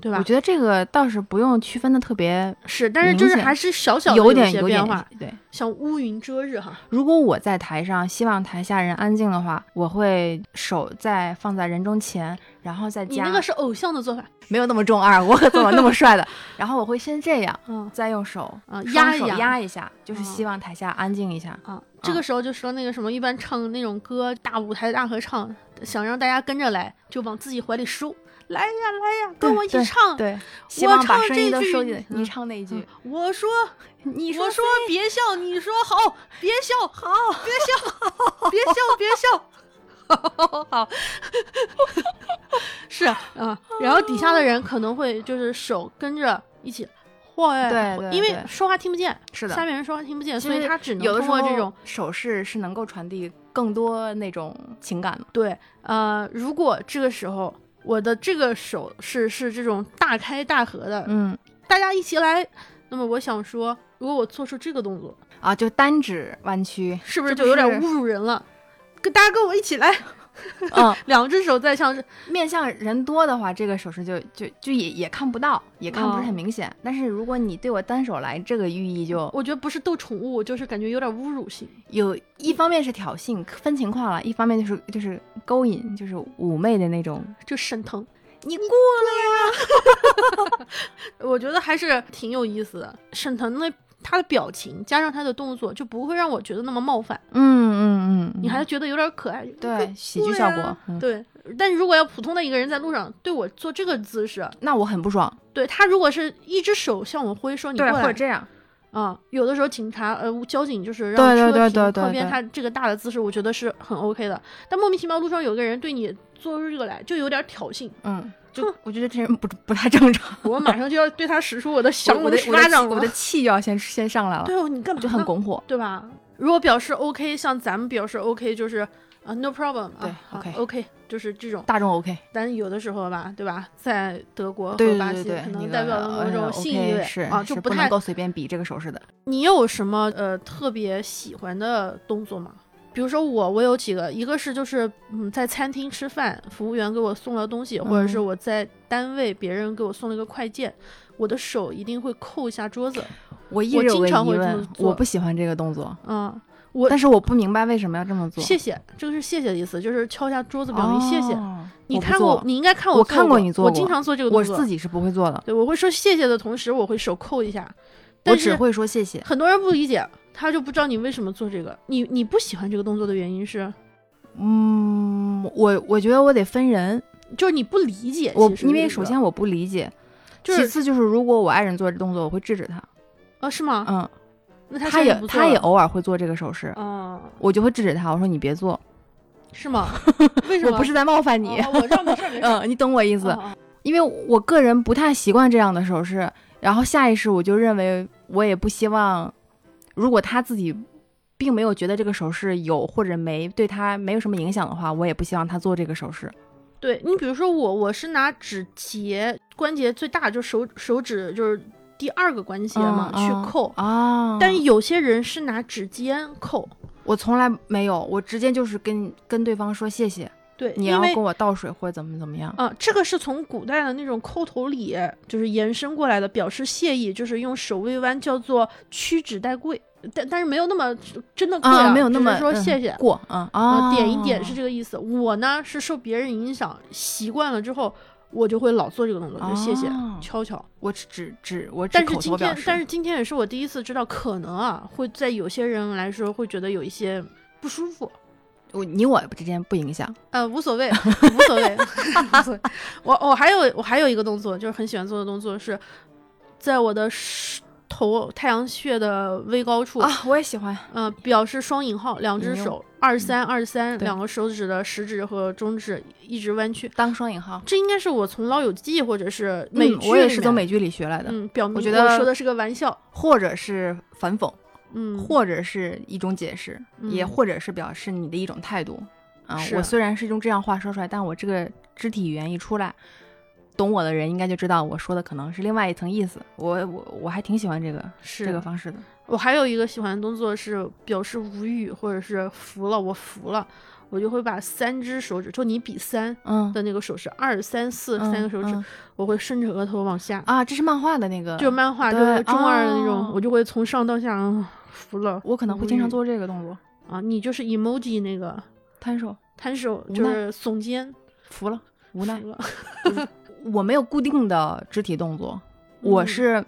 对
我
吧？
觉得这个倒是不用区分的特别，
是，但是就是
明显
还是小小的
有
一
点
些
有
变
点
化，
对。
像乌云遮日哈。
如果我在台上希望台下人安静的话，我会手再放在人中前，然后再
你
加，啊
那个是偶像的做法，
没有那么中二，我可怎么那么帅的？ 然后我会先这样，
嗯
再用手
啊
双
压一
手
压
压一下，就是
啊
希望台下安静一下。
啊，这个时候就说那个什么，一般唱那种歌，大舞台大合唱，想让大家跟着来，就往自己怀里收，来呀来呀，跟
对
我一起
对
唱。
对，希望把
唱
声
这
音都
句
收进来。
嗯
你唱那一句
嗯，我说，
你
我说别笑，你说好，别笑，好，别笑，别笑，别笑。 好，是啊、然后底下的人可能会就是手跟着一起晃呀，
对对
因为
对
说话听不见，
是的
下面人说话听不见，
其
所以
实
他只能
有的
通
时
过
候
这种
手势是能够传递更多那种情感的。
对，呃，如果这个时候我的这个手是是这种大开大合的，
嗯
大家一起来，那么我想说，如果我做出这个动作，，
啊，就单指弯 曲
是不是
这
就
不
有点
是
侮辱人了？跟大家跟我一起 来，
嗯，
两只手在像是
面向人多的话，这个手势就就就也也看不到，也看不是很明显。但是如果你对我单手来，这个寓意就
我觉得不是逗宠物，就是感觉有点侮辱性。
有一方面是挑衅，分情况了；一方面就是就是勾引，就是妩媚的那种。
就沈腾，
你过了，
我觉得还是挺有意思的。沈腾的他的表情加上他的动作，就不会让我觉得那么冒犯，
嗯嗯嗯，
你还觉得有点可爱。就
对喜剧效
对
果
啊。
嗯，
对，但如果要普通的一个人在路上对我做这个姿势，
那我很不爽。
对他如果是一只手向我挥说你过来
样，
啊、有的时候警察呃交警就是让车停
对对对对对
靠边，
对
他这个大的姿势我觉得是很 OK 的。但莫名其妙路上有个人对你做出这个来，就有点挑衅，
嗯，就
哼
我觉得这人不不太 正常。
我马上就要对他使出我的降
我
龙
的
十
我的
八
气
掌
我
了
的。气就要先先上来了，
对哦，你干嘛
就很
呢
拱火。
对吧？如果表示 OK，像咱们表示 OK 就是啊、no problem，
对
啊、
，OK
啊 OK 就是这种。
大众 OK，
但有的时候吧，对吧？在德国
对
和巴
对对
西
对，
可
那
能
个
代表了某
呃
种
OK，
性意味、
是
啊，就是不
不
太
能够随便比这个手势的。
你有什么呃特别喜欢的动作吗？比如说我，我有几个，一个是就是嗯，在餐厅吃饭，服务员给我送了东西，或者是
嗯
我在单位别人给我送了一个快件，我的手一定会扣一下桌子。
我一
我
直有
经
个疑
常会这么
问，
做
我不喜欢这个动作，
嗯，我
但是我不明白为什么要这么做。
谢谢，这个是谢谢的意思，就是敲一下桌子表明谢谢。
哦
你
我不
看过
做，
你应该看
我
做
看过你做
我
过
经常做这个动
我
作。
自己是不会做的，
对，我会说谢谢的同时，我会手扣一下。
我
但
只
是
会说谢谢。
很多人不理解，他就不知道你为什么做这个。你你不喜欢这个动作的原因是，
嗯，我我觉得我得分人，
就是你不理解。
我
哎其实
因为
这个
首先我不理解，
就
其
是
次就是如果我爱人做这动作，我会制止他。
啊，是吗？
嗯，
那他
他
现在
也
不做
他也
了
偶尔会做这个手势，
啊，
我就会制止他，我说你别做，
是 吗？为什么？
我不是在冒犯你。
哦，哦我知道没事儿 没事儿。
嗯，你懂我意思，
哦哦
因为我个人不太习惯这样的手势，然后下意识我就认为我也不希望，如果他自己并没有觉得这个手势有或者没对他没有什么影响的话，我也不希望他做这个手势。
对你比如说我，我是拿指节关节最大，就是手手指就是第二个关节嘛、
嗯
去扣，
啊！
哦但有些人是拿指尖扣，
我从来没有，我直接就是跟跟对方说谢谢，
对，
你
因
要
为
跟我倒水或者怎么怎么样。
啊、这个是从古代的那种叩头礼就是延伸过来的，表示谢意，就是用手微弯，叫做屈指代跪，但但是没有那么真的跪、
没有那么
啊只是说
嗯
谢谢。
过，嗯
啊，
啊，
点一点是这个意思。我呢是受别人影响习惯了之后，我就会老做这个动作，就谢谢、
哦
敲敲。
我只只只我只
但是
口
今
头表
天，
示，
但是今天也是我第一次知道，可能啊会在有些人来说会觉得有一些不舒服。
我你我之间不影响。
呃，无所 谓，无所谓，
啊
无所谓。我我还有我还有一个动作，就是很喜欢做的动作是，在我的手头太阳穴的微高处，
啊，我也喜欢。
呃，表示双引号，两只
引用
手二三二三，
对
两个手指的食指和中指一直弯曲。
当双引号，
这应该是我从《老友记》或者是
嗯
美剧、
我也是从，美剧里学来的，
嗯，表明
我觉得
说的是个玩笑，
或者是反讽，
嗯，
或者是一种解释，
嗯
也或者是表示你的一种态度。啊，
是
我虽然是用这样话说出来，但我这个肢体语言一出来，懂我的人应该就知道我说的可能是另外一层意思。我我我还挺喜欢这个
是啊
这个方式的。
我还有一个喜欢的动作是表示无语或者是服了，我服了，我就会把三只手指，就你比三
嗯，
的那个手势，二三四
嗯
三个手指，
嗯
我会顺着额头往下，
啊，这是漫画的那个，
就漫画就
对
是中二的那种，
哦
我就会从上到下、嗯服了
我可能会经常做这个动作，
啊，你就是 emoji 那个
摊手，
摊手
无奈
就是耸肩，
服了，无 奈
服。了
我没有固定的肢体动作，
嗯
我是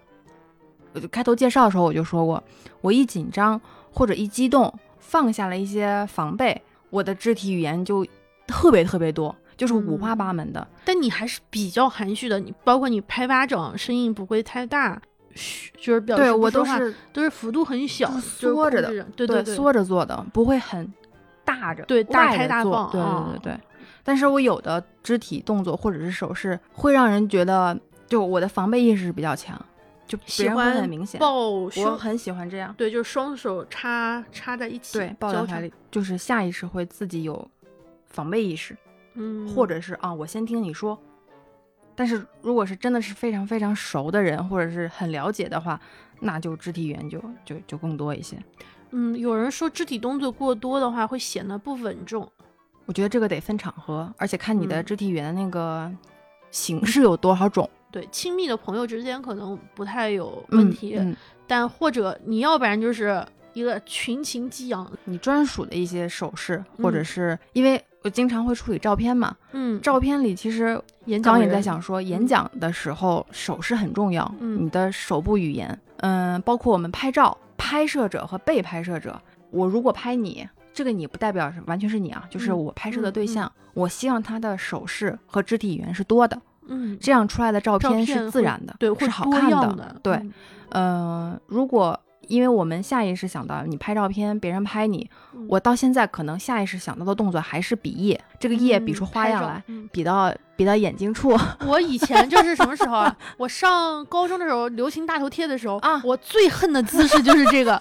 我就开头介绍的时候我就说过，我一紧张或者一激动，放下了一些防备，我的肢体语言就特别特别多，就是五花八门的。
但你还是比较含蓄的，你包括你拍巴掌，声音不会太大，嘘，就是表示
对
不
我
说
都
话
是
都是幅度很小，
就
就是是
缩着的
控制，对对，
缩着做的，不会很大着
对大
外着
开大
做
放
对
啊
对对对。但是我有的肢体动作或者是手势，会让人觉得就我的防备意识是比较强，就别
喜
人会
欢
很明显。
抱
我
胸，
很喜欢这样。
对，就是双手插插在一起，
对，抱在
交
怀
叉，
里，就是下意识会自己有防备意识，
嗯，
或者是啊，我先听你说。但是如果是真的是非常非常熟的人，或者是很了解的话，那就肢体语言就就就更多一些。
嗯，有人说肢体动作过多的话会显得不稳重，
我觉得这个得分场合，而且看你的
嗯
肢体语言的那个形式有多少种
对，亲密的朋友之间可能不太有问题，
嗯嗯
但或者你要不然就是一个群情激昂，
你专属的一些手势，或者
嗯
是因为我经常会处理照片嘛，
嗯，
照片里其实
演
刚
讲
也在
人，
想说，演讲的时候手势很重要，
嗯
你的手部语言，嗯，包括我们拍照，拍摄者和被拍摄者，我如果拍你，这个你不代表是完全是你啊，就是
嗯
我拍摄的
嗯
对
嗯
象，我希望他的手势和肢体语言是多的，
嗯，
这样出来的照
照
片
片
是自
会
然的，
对，
是
会
好
多
看
样
的，
的，
对，
嗯，
呃，如果因为我们下意识想到你拍照片，别人拍你，
嗯
我到现在可能下意识想到的动作还是比耶，这个耶比
嗯
出花
拍
样
照
来，
嗯
比到比到眼 睛处。
我以前就是什么时候啊？我上高中的时候，流行大头贴的时候
啊
我最恨的姿势就是这个。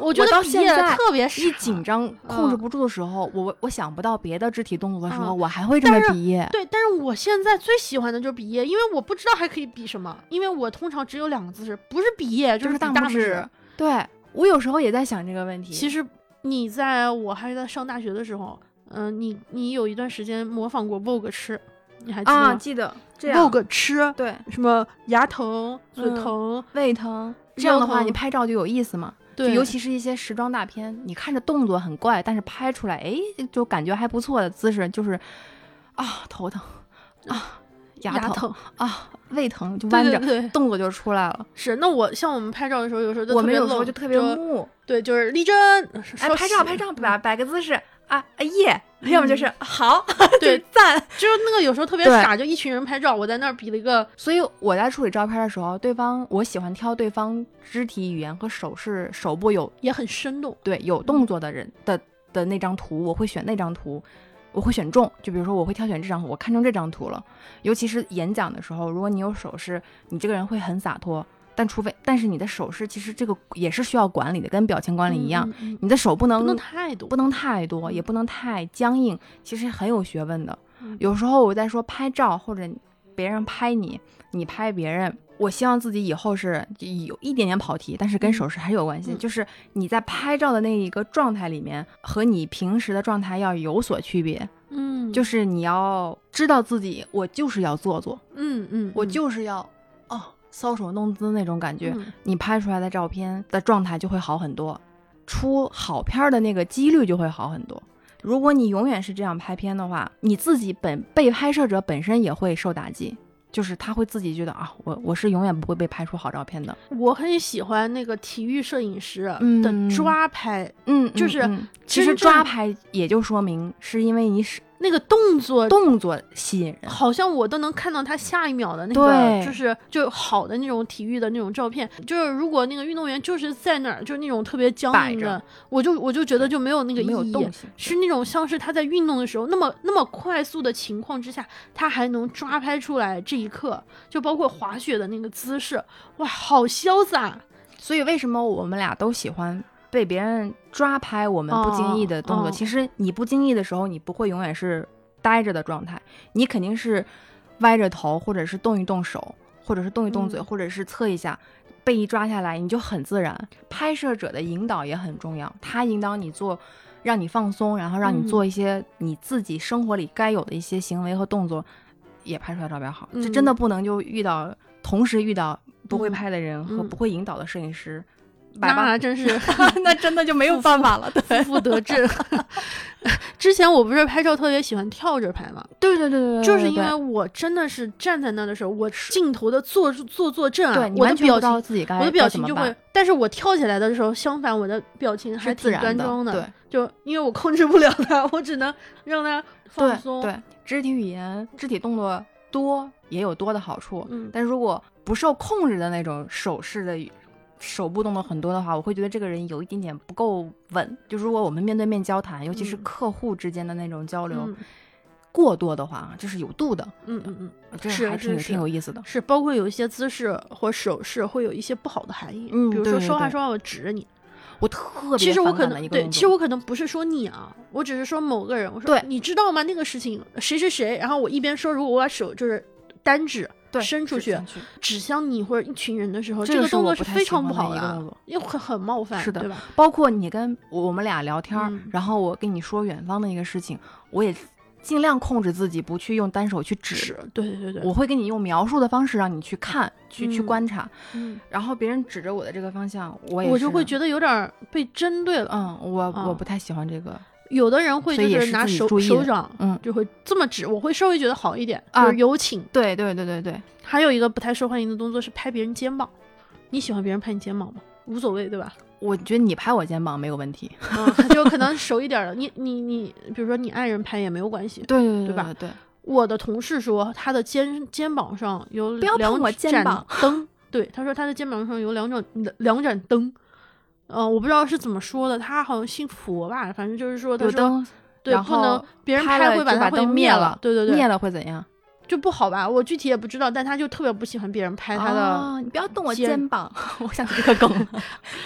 我觉
我
得
到
毕
现
业
在
特别傻
一紧。张控制
嗯
不住的时候，我我想不到别的肢体动作的时候，
嗯
我还会这么
但是
比耶。
对，但是我现在最喜欢的就是比耶，因为我不知道还可以比什么，因为我通常只有两个姿势，不是比耶
就是
比
大
大
拇指。对我有时候也在想这个问题。
其实你在我还在上大学的时候，嗯、你你有一段时间模仿过 Vogue 吃，你还记得
啊，
吗、
记得这样
Vogue 吃
对
什么牙疼、嘴
嗯
疼，
胃疼这样
腰
的话，
疼
你拍照就有意思嘛。
对，
就尤其是一些时装大片，你看着动作很怪，但是拍出来，哎，就感觉还不错的姿势，就是啊头疼啊牙
牙
疼
疼，
啊胃疼，就
对
弯着
对对，
动作就出来了。
是，那我像我们拍照的时候，有时候就
我
特
们
别
有时候
愣
就特别木，
对，就是立正，
哎，
说嗯
拍照
是
拍，照，摆摆个姿势啊，哎耶，要么就是 好，
嗯对
就赞。
就是那个有时候特别
对
傻，就一群人拍照，我在那儿比了一个，
所以我在处理照片的时候，对方我喜欢挑对方肢体语言和手势、手部有
也很生动，
对有
嗯
动作的人的的那张图，我会选那张图。我会选中，就比如说我会挑选这张图，我看中这张图了。尤其是演讲的时候，如果你有手势，你这个人会很洒脱，但除非但是你的手势其实这个也是需要管理的，跟表情管理一样，
嗯，嗯嗯
你的手不
不
能
能太多，
不能太多，也不能太僵硬，其实很有学问的。
嗯
有时候我在说拍照或者别人拍你，你拍别人，我希望自己以后是有一点点跑题，但是跟
嗯
手势还是有关系。
嗯
就是你在拍照的那一个状态里面，和你平时的状态要有所区别。
嗯，
就是是你要知道自己，我就是要做作，
嗯嗯，
我
嗯
就是要哦搔首弄姿那种感觉。
嗯
你拍出来的照片的状态就会好很多，出好片儿的那个几率就会好很多。如果你永远是这样拍片的话，你自己本被拍摄者本身也会受打击，就是他会自己觉得啊，我我是永远不会被拍出好照片的。
我很喜欢那个体育摄影师
嗯
的抓拍，
嗯，
就是
嗯嗯其实
真正
抓拍也就说明是因为你使
那个动作，
动作吸引人。
好像我都能看到他下一秒的那
对
个，就是就好的那种体育的那种照片。就是如果那个运动员就是在哪儿，就是那种特别僵
摆
硬
着
的，我就我就觉得就没有那个
没有
意义
动性
是那种像是他在运动的时候，那么那么快速的情况之下，他还能抓拍出来这一刻，就包括滑雪的那个姿势，哇，好潇洒！
所以为什么我们俩都喜欢被别人抓拍我们不经意的动作？
哦哦
其实你不经意的时候，你不会永远是呆着的状态，你肯定是歪着头，或者是动一动手，或者是动一动嘴，
嗯
或者是侧一下。被一抓下来，你就很自然。拍摄者的引导也很重要，他引导你做，让你放松，然后让你
嗯
做一些你自己生活里该有的一些行为和动作，也拍出来照片好。这真
嗯
的不能就遇到同时遇到不会
嗯
拍的人和
嗯
不会引导的摄影师，百八
那 真是
那真的就没有办法了。对
负负得正。 之前我不是拍照特别喜欢跳着拍嘛，
对对对对对，
就是因
对
为我真的是站在那的时候，我镜头的坐坐坐正啊
对，你
我的
完全不
表
知道
情。
自己该
我的表情就
该
会
怎么，
但是我跳起来的时候，相反我的表情
办
还
是
挺
自
端
然
庄的，
对
就因为我控制不了它，我只能让它放
对
松。
对，肢体语言、肢体动作多也有多的好处，
嗯
但如果不受控制的那种手势的语手部动作很多的话，我会觉得这个人有一点点不够稳。就如果我们面对面交谈，尤其是
嗯
客户之间的那种交流、
嗯
过多的话，这是有度的，
嗯嗯嗯，
这
是
还挺
是
有
是
挺有意思的。
是包括有一些姿势或手势会有一些不好的含义，
嗯
比如
对
说
对
说话
对
说话我指着你，
我特别
其实我
反
可
感的一
能
个
对，
动
其实
作
我可能不是说你啊，我只是说某个人，我说
对
你知道吗？那个事情谁谁谁，然后我一边说，如果我把手就是单指
对
伸出
是
去
伸
指向你或者一群人的时候，
这
这
个
个
是
动
我
作是
不太
非
喜
常
欢
不好
的一个
啊
动作
又很很冒犯，
是的
对吧？
包括你跟我我们俩聊天儿，
嗯
然后我跟你说远方的一个事情，我也尽量控制自己不去用单手去指，
指，对对对对，
我会跟你用描述的方式让你去看，去、去
嗯
观察。
嗯
然后别人指着我的这个方向，我也
我就会
得，
觉得有点儿被针对了。
嗯，我、我
啊
不太喜欢这个，
有的人会
所以也
就是是拿
自己
手
注意
手
的
掌，
嗯
就会这么指，我会稍微觉得好一点，
啊
就是有请。
对对对对对，
还有一个不太受欢迎的动作是拍别人肩膀，你喜欢别人拍你肩膀吗？无所谓，对 吧？
我觉得你拍我肩膀没有问题，
嗯，就可能熟一点的，你你你，比如说你爱人拍也没有关系。
对对
对吧
对，
我的同事说他的肩肩膀上有
不要碰
两
我
盏
肩膀
灯，对，他说他的肩膀上有两盏两盏灯。嗯、我不知道是怎么说的，他好像信佛吧，反正就是说，他
有
说
灯
对
然，
不能
后
别人
拍了
会把
就
它
把
会
灯灭
了，对对对，
灭了会怎样？
就不好吧？我具体也不知道，但他就特别不喜欢别人拍他的，
哦你不要动我
肩
肩膀， 我想起这个梗了，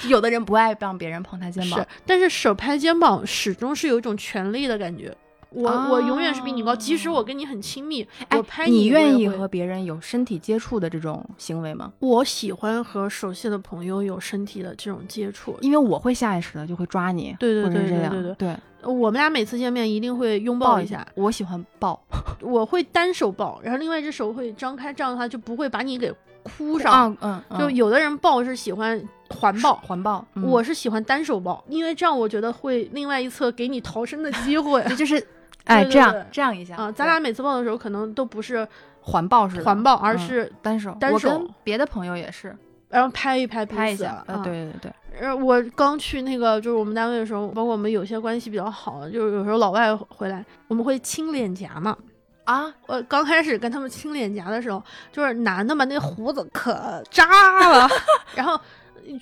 有的人不爱让别人碰他肩 膀
是，，但是手拍肩膀始终是有一种权力的感觉。我、我永远是比你高，即使我跟你很亲密，
哦哎
我拍
你
我
愿
也
意
会
和别人有身体接触的这种行为吗？
我喜欢和熟悉的朋友有身体的这种接触。
因为我会下意识的就会抓你，
对对
或者是
对
这
对
样
对
对，
呃我们俩每次见面一定会拥
抱
抱一下，
我喜欢抱
我会单手抱，然后另外一只手会张开，这样的话就不会把你给箍上。
啊嗯，嗯
就有的人抱是喜欢环抱，
环抱，嗯
我是喜欢单手抱，因为这样我觉得会另外一侧给你逃生的机 会
这就是哎
对对
这样
对
这样一下
啊。咱
对
俩每次抱的时候，可能都不是
环抱是
环抱，而
嗯
是
单手，
单
我
手
跟别的朋友也是
然后拍一拍彼此
拍一下，呃
啊
对对对，
呃，我刚去那个就是我们单位的时候，包括我们有些关系比较好的，就是有时候老外回来，我们会亲脸颊嘛。
啊，
我刚开始跟他们亲脸颊的时候，就是男的嘛，那胡子可扎了， 然后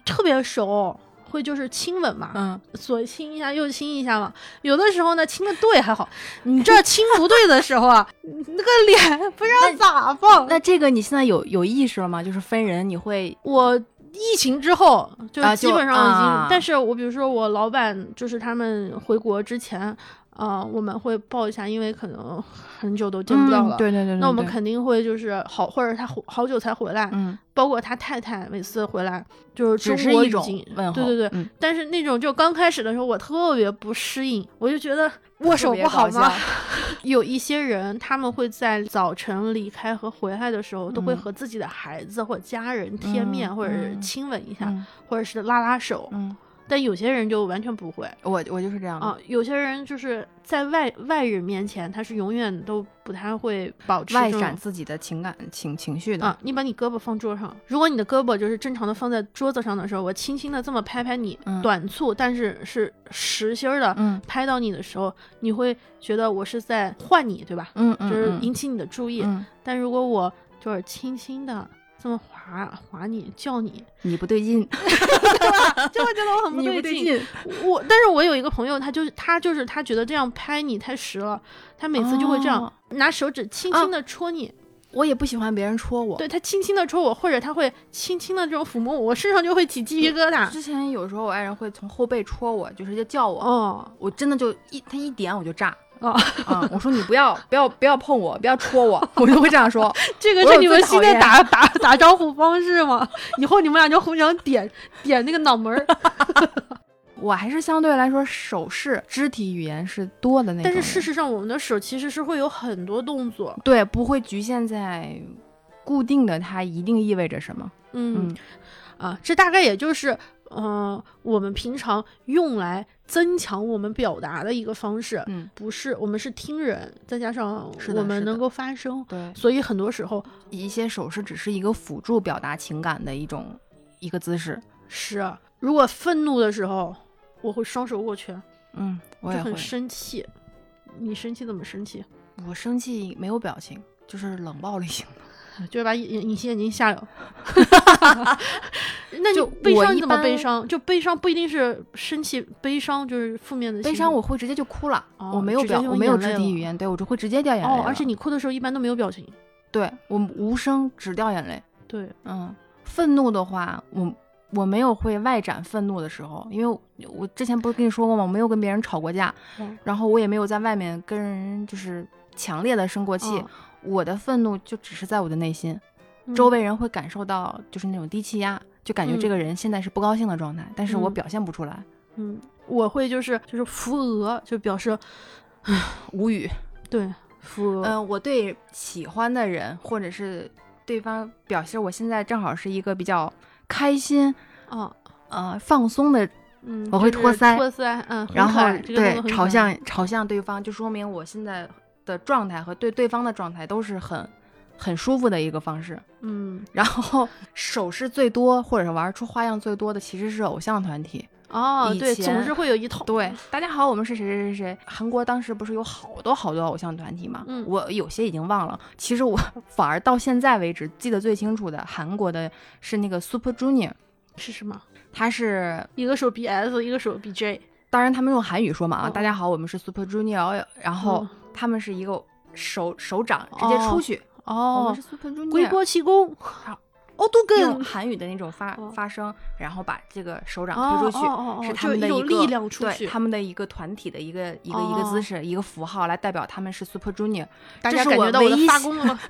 特别熟，会就是亲吻嘛，
嗯，
左亲一下，右亲一下嘛。有的时候呢，亲的对还好，你这亲不对的时候啊， 那个脸不知道咋放。
那这个你现在有有意识了吗？就是分人，你会
我疫情之后就
啊
基
就
本上已经，
啊
但是我比如说我老板就是他们回国之前，啊、呃，我们会报一下，因为可能很久都见不到了。
嗯对对对对
那我们
对
肯定会就是好，或者他好好久才回来，
嗯，
包括他太太每次回来就是
只
中
是
国
一
已
种
经
问候，
对对对，
嗯
但是那种就刚开始的时候，我特别不适应，我就觉得握手
特别
不好
搞
吗
笑？
有一些人他们会在早晨离开和回来的时候，都会
嗯
和自己的孩子或家人贴面，
嗯
或者是
嗯
亲吻一下，
嗯
或者是拉拉手。
嗯，
但有些人就完全不会
我我就是这样的，
啊，有些人就是在外外人面前，他是永远都不太会保持
外
这种
展自己的情感情情绪的，
啊，你把你胳膊放桌上，如果你的胳膊就是正常的放在桌子上的时候，我轻轻的这么拍拍你，
嗯
短促但是是实心儿的、
嗯
拍到你的时候，你会觉得我是在换你，对吧？
嗯
就
嗯，
是
嗯
引起你的注意。
嗯，
但如果我就是轻轻的这么划划你，叫 你，
你不对劲，
就会觉得我很
你
对
不对劲，
我但是我有一个朋友，他就他就是他觉得这样拍你太实了，他每次就会这样、
哦
拿手指轻轻的戳你。
我也不喜欢别人戳我。
对他轻轻的戳我，或者他会轻轻的这种抚摸我，我身上就会起鸡皮疙瘩。
之前有时候我爱人会从后背戳我，就是就叫我，
哦，
我真的就一他一点我就炸。
哦
啊！我说你不要不要不要碰我，不要戳我，我就会这 样说。
这个
我
是
有
你
最
们
讨
新的
厌
打打打招呼方式吗？以后你们俩就互相点点那个脑门儿。
我还是相对来说手势、肢体语言是多的那种
但
人，
是事实上，我们的手其实是会有很多动作。
对不会局限在固定的，它一定意味着什么。
嗯
嗯
啊，这大概也就是嗯、呃我们平常用来增强我们表达的一个方式。
嗯，
不是，我们是听人，再加上
是的
我们
是的
能够发声，
对，
所以很多时候
一些手势只是一个辅助表达情感的一种一个姿势。
是，啊如果愤怒的时候，我会双手握拳，
嗯，我
就
也会
很。生气。你生气怎么生气？
我生气没有表情，就是冷暴力型的。
就是把眼隐形眼镜 下了。那
就
你悲
我
伤
一
你怎么悲
般
伤？就悲伤不一定是生气，悲伤就是负面的
悲
情
伤
绪
我会直接就哭了，
哦
我没有
直接
表，
用
我没有
眼泪
肢体
了
语言，对我就会直接掉眼泪
哦
了。，
而且你哭的时候一般都没有表情。
对我无声只掉眼泪。
对，
嗯，愤怒的话，我我没有会外展愤怒的时候，因为我我之前不是跟你说过吗？我没有跟别人吵过架，
嗯
然后我也没有在外面跟人就是强烈的生过气。
嗯
我的愤怒就只是在我的内心，
嗯
周围人会感受到就是那种低气压，就感觉
嗯
这个人现在是不高兴的状态，但是我
嗯
表现不出来，
嗯，我会就是就是扶额，就表示
无语。
对扶额。
嗯、我对喜欢的人或者是对方表示我现在正好是一个比较开心
哦，
呃放松的
嗯，
我会
就是
托腮
托腮，嗯，很
然后
可爱这个动
对
作很可
朝
爱
向朝向对方，就说明我现在的状态和对对方的状态都是很很舒服的一个方式。
嗯
然后手势最多或者是玩出花样最多的其实是偶像团体。
哦，
以
对，总
前
是会有一套
对，大家好，我们是谁谁谁谁。韩国当时不是有好多好多偶像团体嘛？
嗯
我有些已经忘了。其实我 反而到现在为止记得最清楚的韩国的是那个 Super Junior，
是什么？
他是
一个手 BS，一个手 BJ。
当然他们用韩语说嘛啊，
嗯
大家好，我们是 Super Junior，然后
嗯
他们是一个手手掌直接出去，我们
哦
是，Super
归
Junior，
国气功，哦，都
用韩语的那种发、
哦
发声，然后把这个手掌
哦
推出去。
哦哦
是
哦
他
就
们的
一
一
种
个
力量出去
对他们的一个团体的一个一个、一
哦
个姿势，一个符号来代表他们是 Super Junior。
大
这
家
是
感
我
觉到我
唯
的
一
发
喜
功了吗？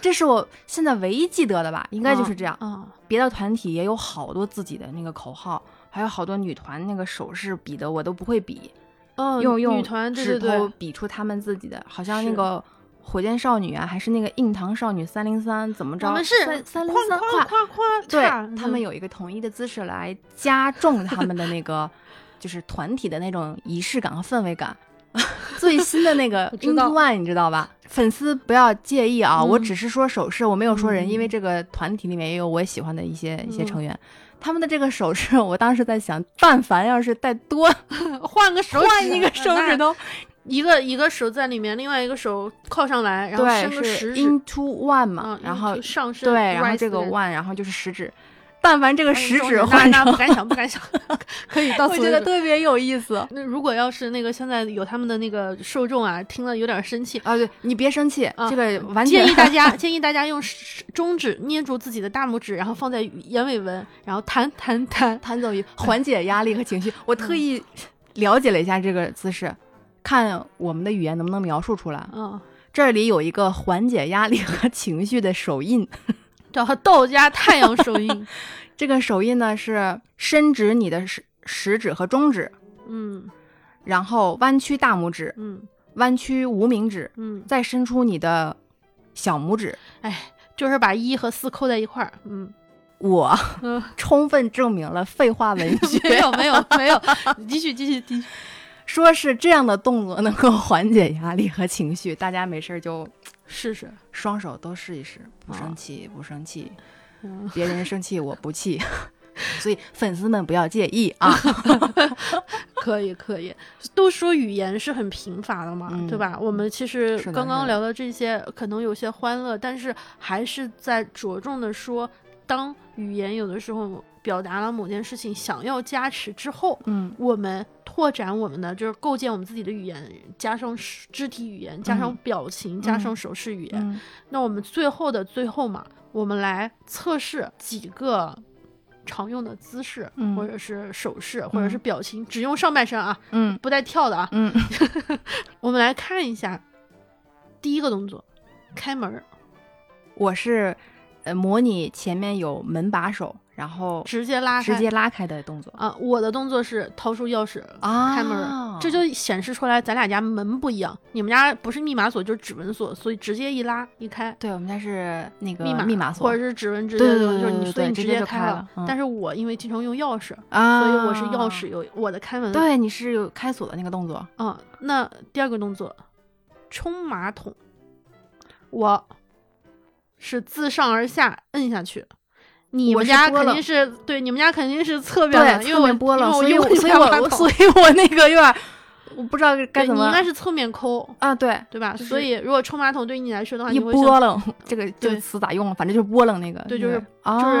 这是我现在唯一记得的吧，应该就是这样。
啊，
别的团体也有好多自己的那个口号，还有好多女团那个手势比的我都不会比，
嗯，
用用
女团，对
指
对
头
对，
比出他们自己的，好像那
是
个火箭少女啊，还是那个硬糖少女三零三怎么着？
我们是
三三零
夸
三
夸夸夸，
对
叉
他们，有一个统一的姿势来加重他们的那 个就是团体的那种仪式感和氛围感。最新的那个
我知
Into
道
One 你知道吧？粉丝不要介意啊，
嗯
我只是说手势，我没有说人，
嗯
因为这个团体里面也有我喜欢的一些一些
嗯
成员。他们的这个手势，我当时在想，但凡要是再多
嗯换个手指，
换一个手指
那
头，
一个一个手在里面，另外一个手靠上来，然后
对，
伸个
是
食指，
Into One 嘛
嗯，，
然
一
后
个上身，
对，然后
rise
这个
的
one，然后就是食指，但凡这个
哎
食
中
指
指
换
那那不，
成
敢想，不敢想，可以到
我
此
觉
为
得
止。
特别有意思。
那如果要是那个现在有他们的那个受众啊，听了有点生气，
啊，对你别生气，
啊
这个完全
建 议大家建议大家用食中指捏住自己的大拇指，然后放在眼尾纹，然后弹弹弹。
嗯弹走一，缓解压力和情绪。我特意了解了一下这个姿势，看我们的语言能不能描述出来。啊
嗯，
这里有一个缓解压力和 情绪的手印，
叫它道家太阳手印。
这个手印呢是伸直你的食食指和中指，
嗯
然后弯曲大拇指，
嗯
弯曲无名指，
嗯，
再伸出你的小拇指。
哎，就是把一和四扣在一块儿。嗯，
我
嗯
充分证明了废话文
没
学，
有没有没有，你继续继续继续。
说是这样的动作能够缓解压力和情绪，大家没事儿就
试试。
双手都试一试，不
啊
生气，不生气，
嗯，
别人生气我不气， 所以粉丝们不要介意啊。
可以可以，都说语言是很贫乏的嘛，
嗯
对吧？我们其实
是的
刚
是
刚
的
聊的这些，可能有些欢乐，但是还是在着重的说，当语言有的时候表达了某件事情想要加持之后，
嗯，
我们拓展我们的就是构建我们自己的语言，加上肢肢体语言，加上
嗯
表情，加上
嗯
手势语言。
嗯
那我们最后的最后嘛，我们来测试几个常用的姿势，
嗯
或者是手势，或者是表情，只用上半身啊，
嗯
不带跳的啊。
嗯，
我们来看一下第一个动作，开门儿，
我是呃模拟前面有门把手，然后
直接拉开。
直接拉开的动作
啊，我的动作是掏出钥匙
啊
开门儿，这就显示出来咱俩家门不一样。你们家不是密码锁就是指纹锁，所以直接一拉一开，
对我们家是那个
密码
呃密码锁
或者是指纹直接
对对
就
对
是
对
你，所
对
以
对
你
直
直
接就
开
开了嗯
但是我因为经常用钥匙，
啊，
所以我是钥匙。有我的开门。，
对，你是有开锁的那个动作，
嗯，那第二个动作，冲马桶，我是自上而下摁下去。你
我
们
是
家
拨
肯
了
定是对，你们家肯定是侧边的，
对，
因为
侧
我
面拨了，所以
因为
我
我
所以我所
以
以我那个有点儿，我不知道该怎
你
么
应该是侧面抠，
啊，对，
对吧？
就是
所以如果冲马桶对于你来说的话，
一
你会想
拨楞，这个这
对
个词咋用了？反正就是拨楞那个，
对就是
啊
就是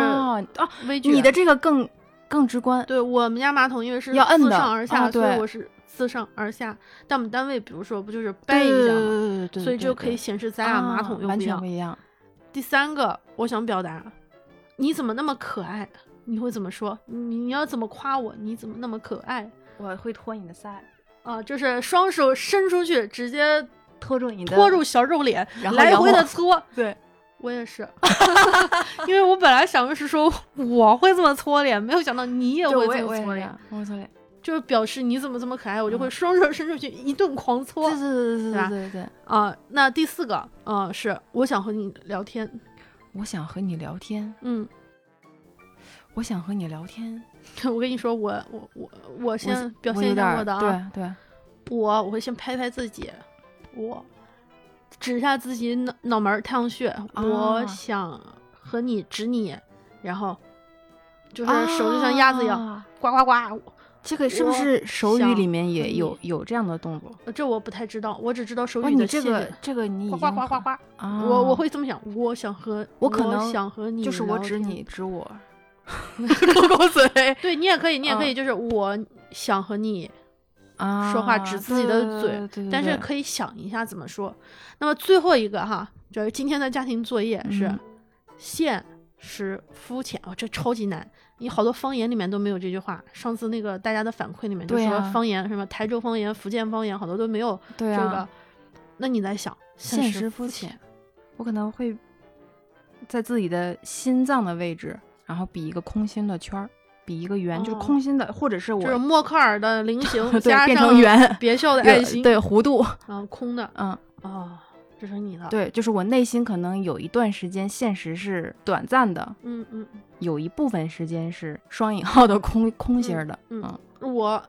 啊，
微距
你的这个更更直观，
对我们家马桶因为是
要摁
自
的
上而下，
啊
所以
对
我是自上而下。但我们单位比如说不就是掰
对
一
对
下
对
嘛，
对对对，
所以
对
就可以
对
显示咱俩马桶
啊
用
完
不一
全
样
不。一样，
第三个，我想表达，你怎么那么可爱？你会怎么说？你你要怎么夸我？你怎么那么可爱？
我会托你的腮，
啊，就是双手伸出去，直接
托住你的，
托住，小肉脸，
然后
来
仰
回的
望
搓。
对，
我也 是，因为我本来想的是说我会这么搓脸，没有想到你也
对，
会
我
这
也我
么搓
也嗯是
脸，，
我搓脸，
就是表示你怎么这么可爱，我就会双手伸出去一顿狂搓
对对对
对吧
对对对，
啊、那第四个，啊，是我想和你聊天，
我想和你聊天，
嗯，
我想和你聊天，
我跟你说，我我我我
我
先表
我
现
有
一
点
下
儿
我的啊，
对对，
我我会先拍拍自己，我指一下自己脑脑门儿太阳穴，我
啊
想和你指你，然后就是手就像鸭子一样、
啊
呱呱呱。
这个是不
我
是手
想
语里面
和
也
你
有有这样的动作？
呃这我不太知道，我只知道手
哇，
语
哦你
的
这
细
个
节。
这个你已
呱
经
呱呱呱
很
呱！
啊，
我我会这么想，我想和
我可能
想和你
就是我
聊
指
天
你，指 我，
狗狗嘴。对你也可以，你也可以，
嗯
就是我想和你，
啊，
说话指自己的嘴
对，对对
但是
嗯对
可以想一下怎么说。那么最后一个哈，就是今天的家庭作业是
嗯
现实肤浅哦，这超级难。你好多方言里面都没有这句话。上次那个大家的反馈里面就
对
说
啊
方言、什么台州方言、福建方言，好多都没有
对
这
啊，
个。那你在想
现
实
实肤浅，我可能会在自己的心脏的位置，然后比一个空心的圈儿，比一个圆，就是
哦
空心的，或者是我
就是默克尔的菱形
对
加
变
上
成圆，
别笑的
有
爱心，
对弧度，
啊，空的
嗯，
啊，这是你的，
对，就是我内心可能有一段时间现实是短暂的，
嗯嗯。嗯
有一部分时间是双引号 的空空心儿的，
嗯
嗯
我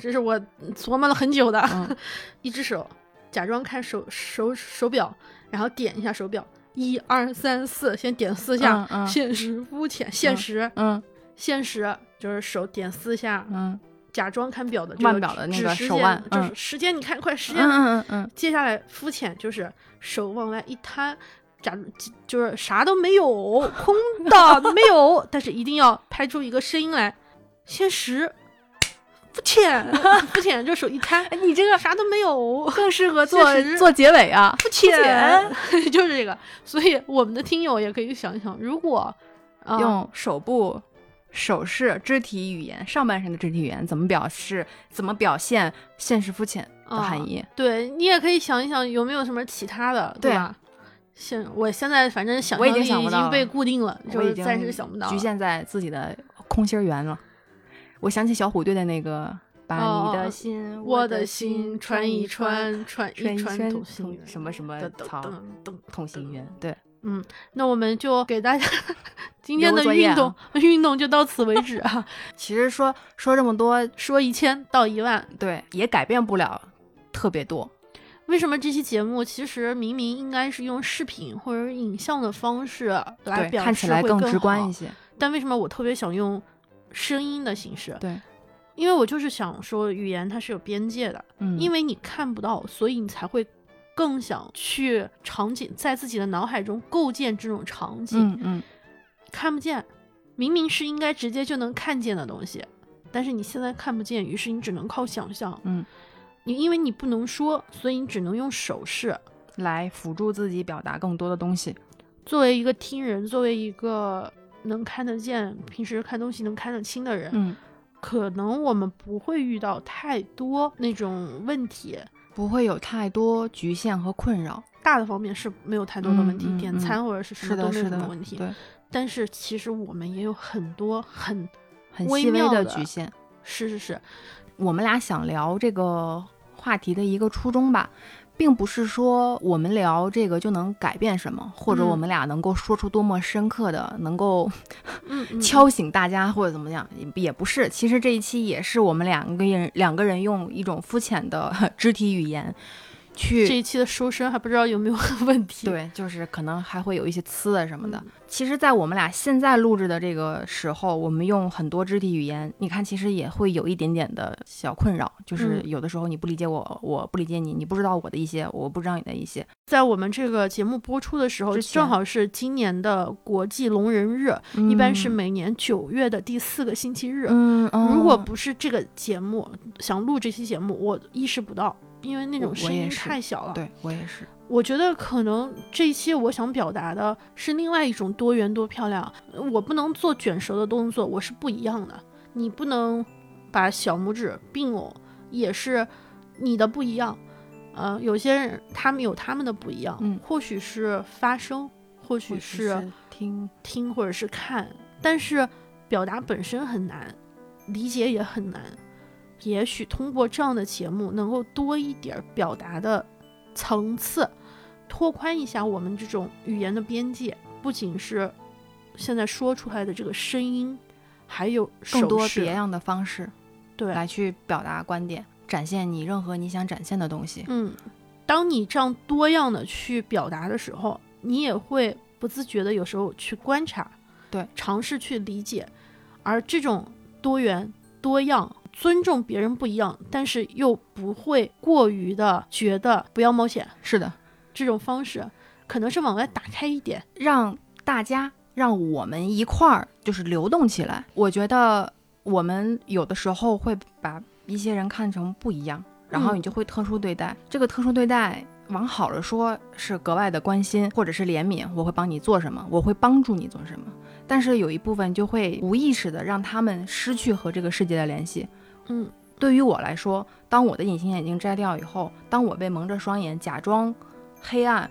这是我琢磨了很久的，
嗯
一只手假装看手手手表，然后点一下手表，一二三四，先点四下，
嗯嗯
现实肤浅，现实、
嗯
现实就是手点四下，
嗯
假装看表的这
腕
个
表的那
指
个
时
手
间
腕
就是
嗯
时间，你看快时
嗯
间了，
嗯嗯嗯，
接下来肤浅就是手往外一摊，假如就是啥都没有，空的没有，但是一定要拍出一个声音来，现实。肤浅，肤浅，就手一摊，
哎你这个
啥都没有，
更适合做
现实
做结尾啊，
肤浅， 就是这个。所以我们的听友也可以想一想，如果、啊
用手部、手势、肢体语言、上半身的肢体语言怎么表示、怎么表现现实肤浅？的
啊
含义。
对你也可以想一想有没有什么其他的，对
对
吧？现我现在反正想
我已
象
经
力
想
已
不到
经被
了
固定了，就
我已
是
经
暂时想不到了。
局限在自己的空心儿圆了。我想起小虎队的那个，把你
哦
的心、
我的
的
心
穿
穿一
穿，
穿，穿
穿
一
一
穿
穿
同
同
心圆，
什么什么
噔噔
草
噔噔。
同心圆。对，
那我们就给大家今天
留
的
作业
运
啊
动运动就到此为止啊，
其实说说这么多，
说一千到一万。
对，也改变不了特别多。
为什么这期节目其实明明应该是用视频或者是影像的方式来
对，
表
看起
示
来
会更
直观
好
一些。
但为什么我特别想用声音的形式？
对，
因为我就是想说，语言它是有边界的，
嗯，
因为你看不到，所以你才会更想去场景，在自己的脑海中构建这种场景。
嗯嗯，
看不见，明明是应该直接就能看见的东西，但是你现在看不见，于是你只能靠想象。
嗯，
你因为你不能说，所以你只能用手势。
来辅助自己表达更多的东西。
作为一个听人，作为一个能看得见、平时看东西能看得清的人，
嗯，
可能我们不会遇到太多那种问题，
不会有太多局限和困扰。
大的方面是没有太多的问题，
嗯嗯
点餐或者是什
是
么都
的，
没有
是
什么
的，
问题。
对，
但是其实我们也有很多很
很
微
细微
妙
的
的
局限。
是是是，
我们俩想聊这个话题的一个初衷吧，并不是说我们聊这个就能改变什么，或者
嗯
我们俩能够说出多么深刻的，能够
嗯，嗯
敲醒大家或者怎么样，也也不是。其实这一期也是我们两个人两个人用一种肤浅的 肢体语言去
这一期的收声还不知道有没有问题。，
对，就是可能还会有一些呲啊什么的。其实，在我们俩现在录制的这个时候，我们用很多肢体语言，你看，其实也会有一点点的小困扰，就是
嗯
有的时候你不理解我，我不理解你，你不知道我的一些，我不知道你的一些。
在我们这个节目播出的时候，
之前
正好是今年的国际聋人日，一般是每年九月的第四个星期日。
嗯，嗯，
如果
嗯
不是这个节目想录这期节目，我意识不到，因为那
我
种
我
声
也
音
是
太小了。
对我也是，
我觉得可能这一期我想表达的是另外一种多元多漂亮。呃我不能做卷舌的动作，我是不一样的。你不能把小拇指并拢，也是你的不一样。呃，有些人他们有他们的不一样，
嗯
或许是发声，或许是
听，
听，或者是看，但是表达本身很难，理解也很难。也许通过这样的节目，能够多一点儿表达的层次，拓宽一下我们这种语言的边界。不仅是现在说出来的这个声音，还有
更
手
多
势
别样的方式
对，
来去表达观点，展现你任何你想展现的东西。
嗯，当你这样多样的去表达的时候，你也会不自觉的有时候去观察，
对，
尝试去理解，而这种多元多样。尊重别人不一样，但是又不会过于的觉得不要冒险，
是的，
这种方式可能是往外打开一点。
让大家让我们一块儿就是流动起来。我觉得我们有的时候会把一些人看成不一样，然后
嗯
你就会特殊对待。这个特殊对待。往好了说，是格外的关心或者是怜悯，我会帮你做什么，我会帮助你做什么。但是有一部分就会无意识的让他们失去和这个世界的联系。
嗯，
对于我来说，当我的隐形眼镜摘掉以后，当我被蒙着双眼假装黑暗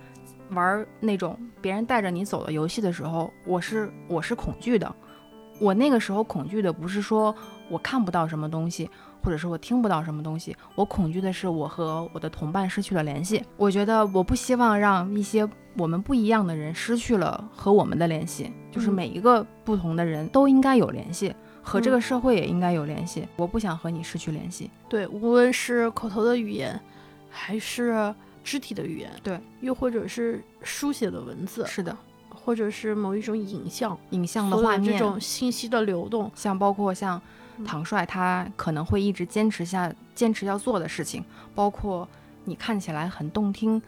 玩那种别人带着你走的游戏的时候，我是我是恐惧的。我那个时候恐惧的不是说我看不到什么东西，或者是我听不到什么东西，我恐惧的是我和我的同伴失去了联系。我觉得我不希望让一些我们不一样的人失去了和我们的联系，就是
嗯
每一个不同的人都应该有联系。和
嗯
这个社会也应该有联系，我不想和你失去联系。
对，无论是口头的语言，还是肢体的语言，
对，
又或者是书写的文字，
是的，
或者是某一种影像，
影像的
所有
画
这
面，
种信息的流动，
像包括像
嗯
唐帅，他可能会一直坚持下坚持要做的事情，包括你看起来很动听，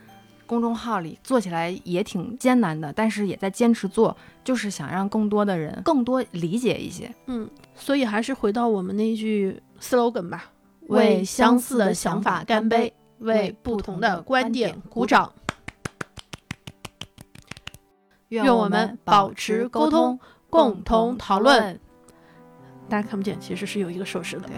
公众号里做起来也挺艰难的，但是也在坚持做，就是想让更多的人更多理解一些。
嗯，所以还是回到我们那句 slogan 吧，
为
相
相
似
似
的
的
想
想
法
法
干
干
杯
杯，
为
为
不
不
同
同
的
的
观
观
点
点
鼓
鼓
掌。
愿
愿我
我
们
们
保
保
持
持
沟
沟
通
通，
共同讨论
论。
大家看不见，其实是有一个手势的
对。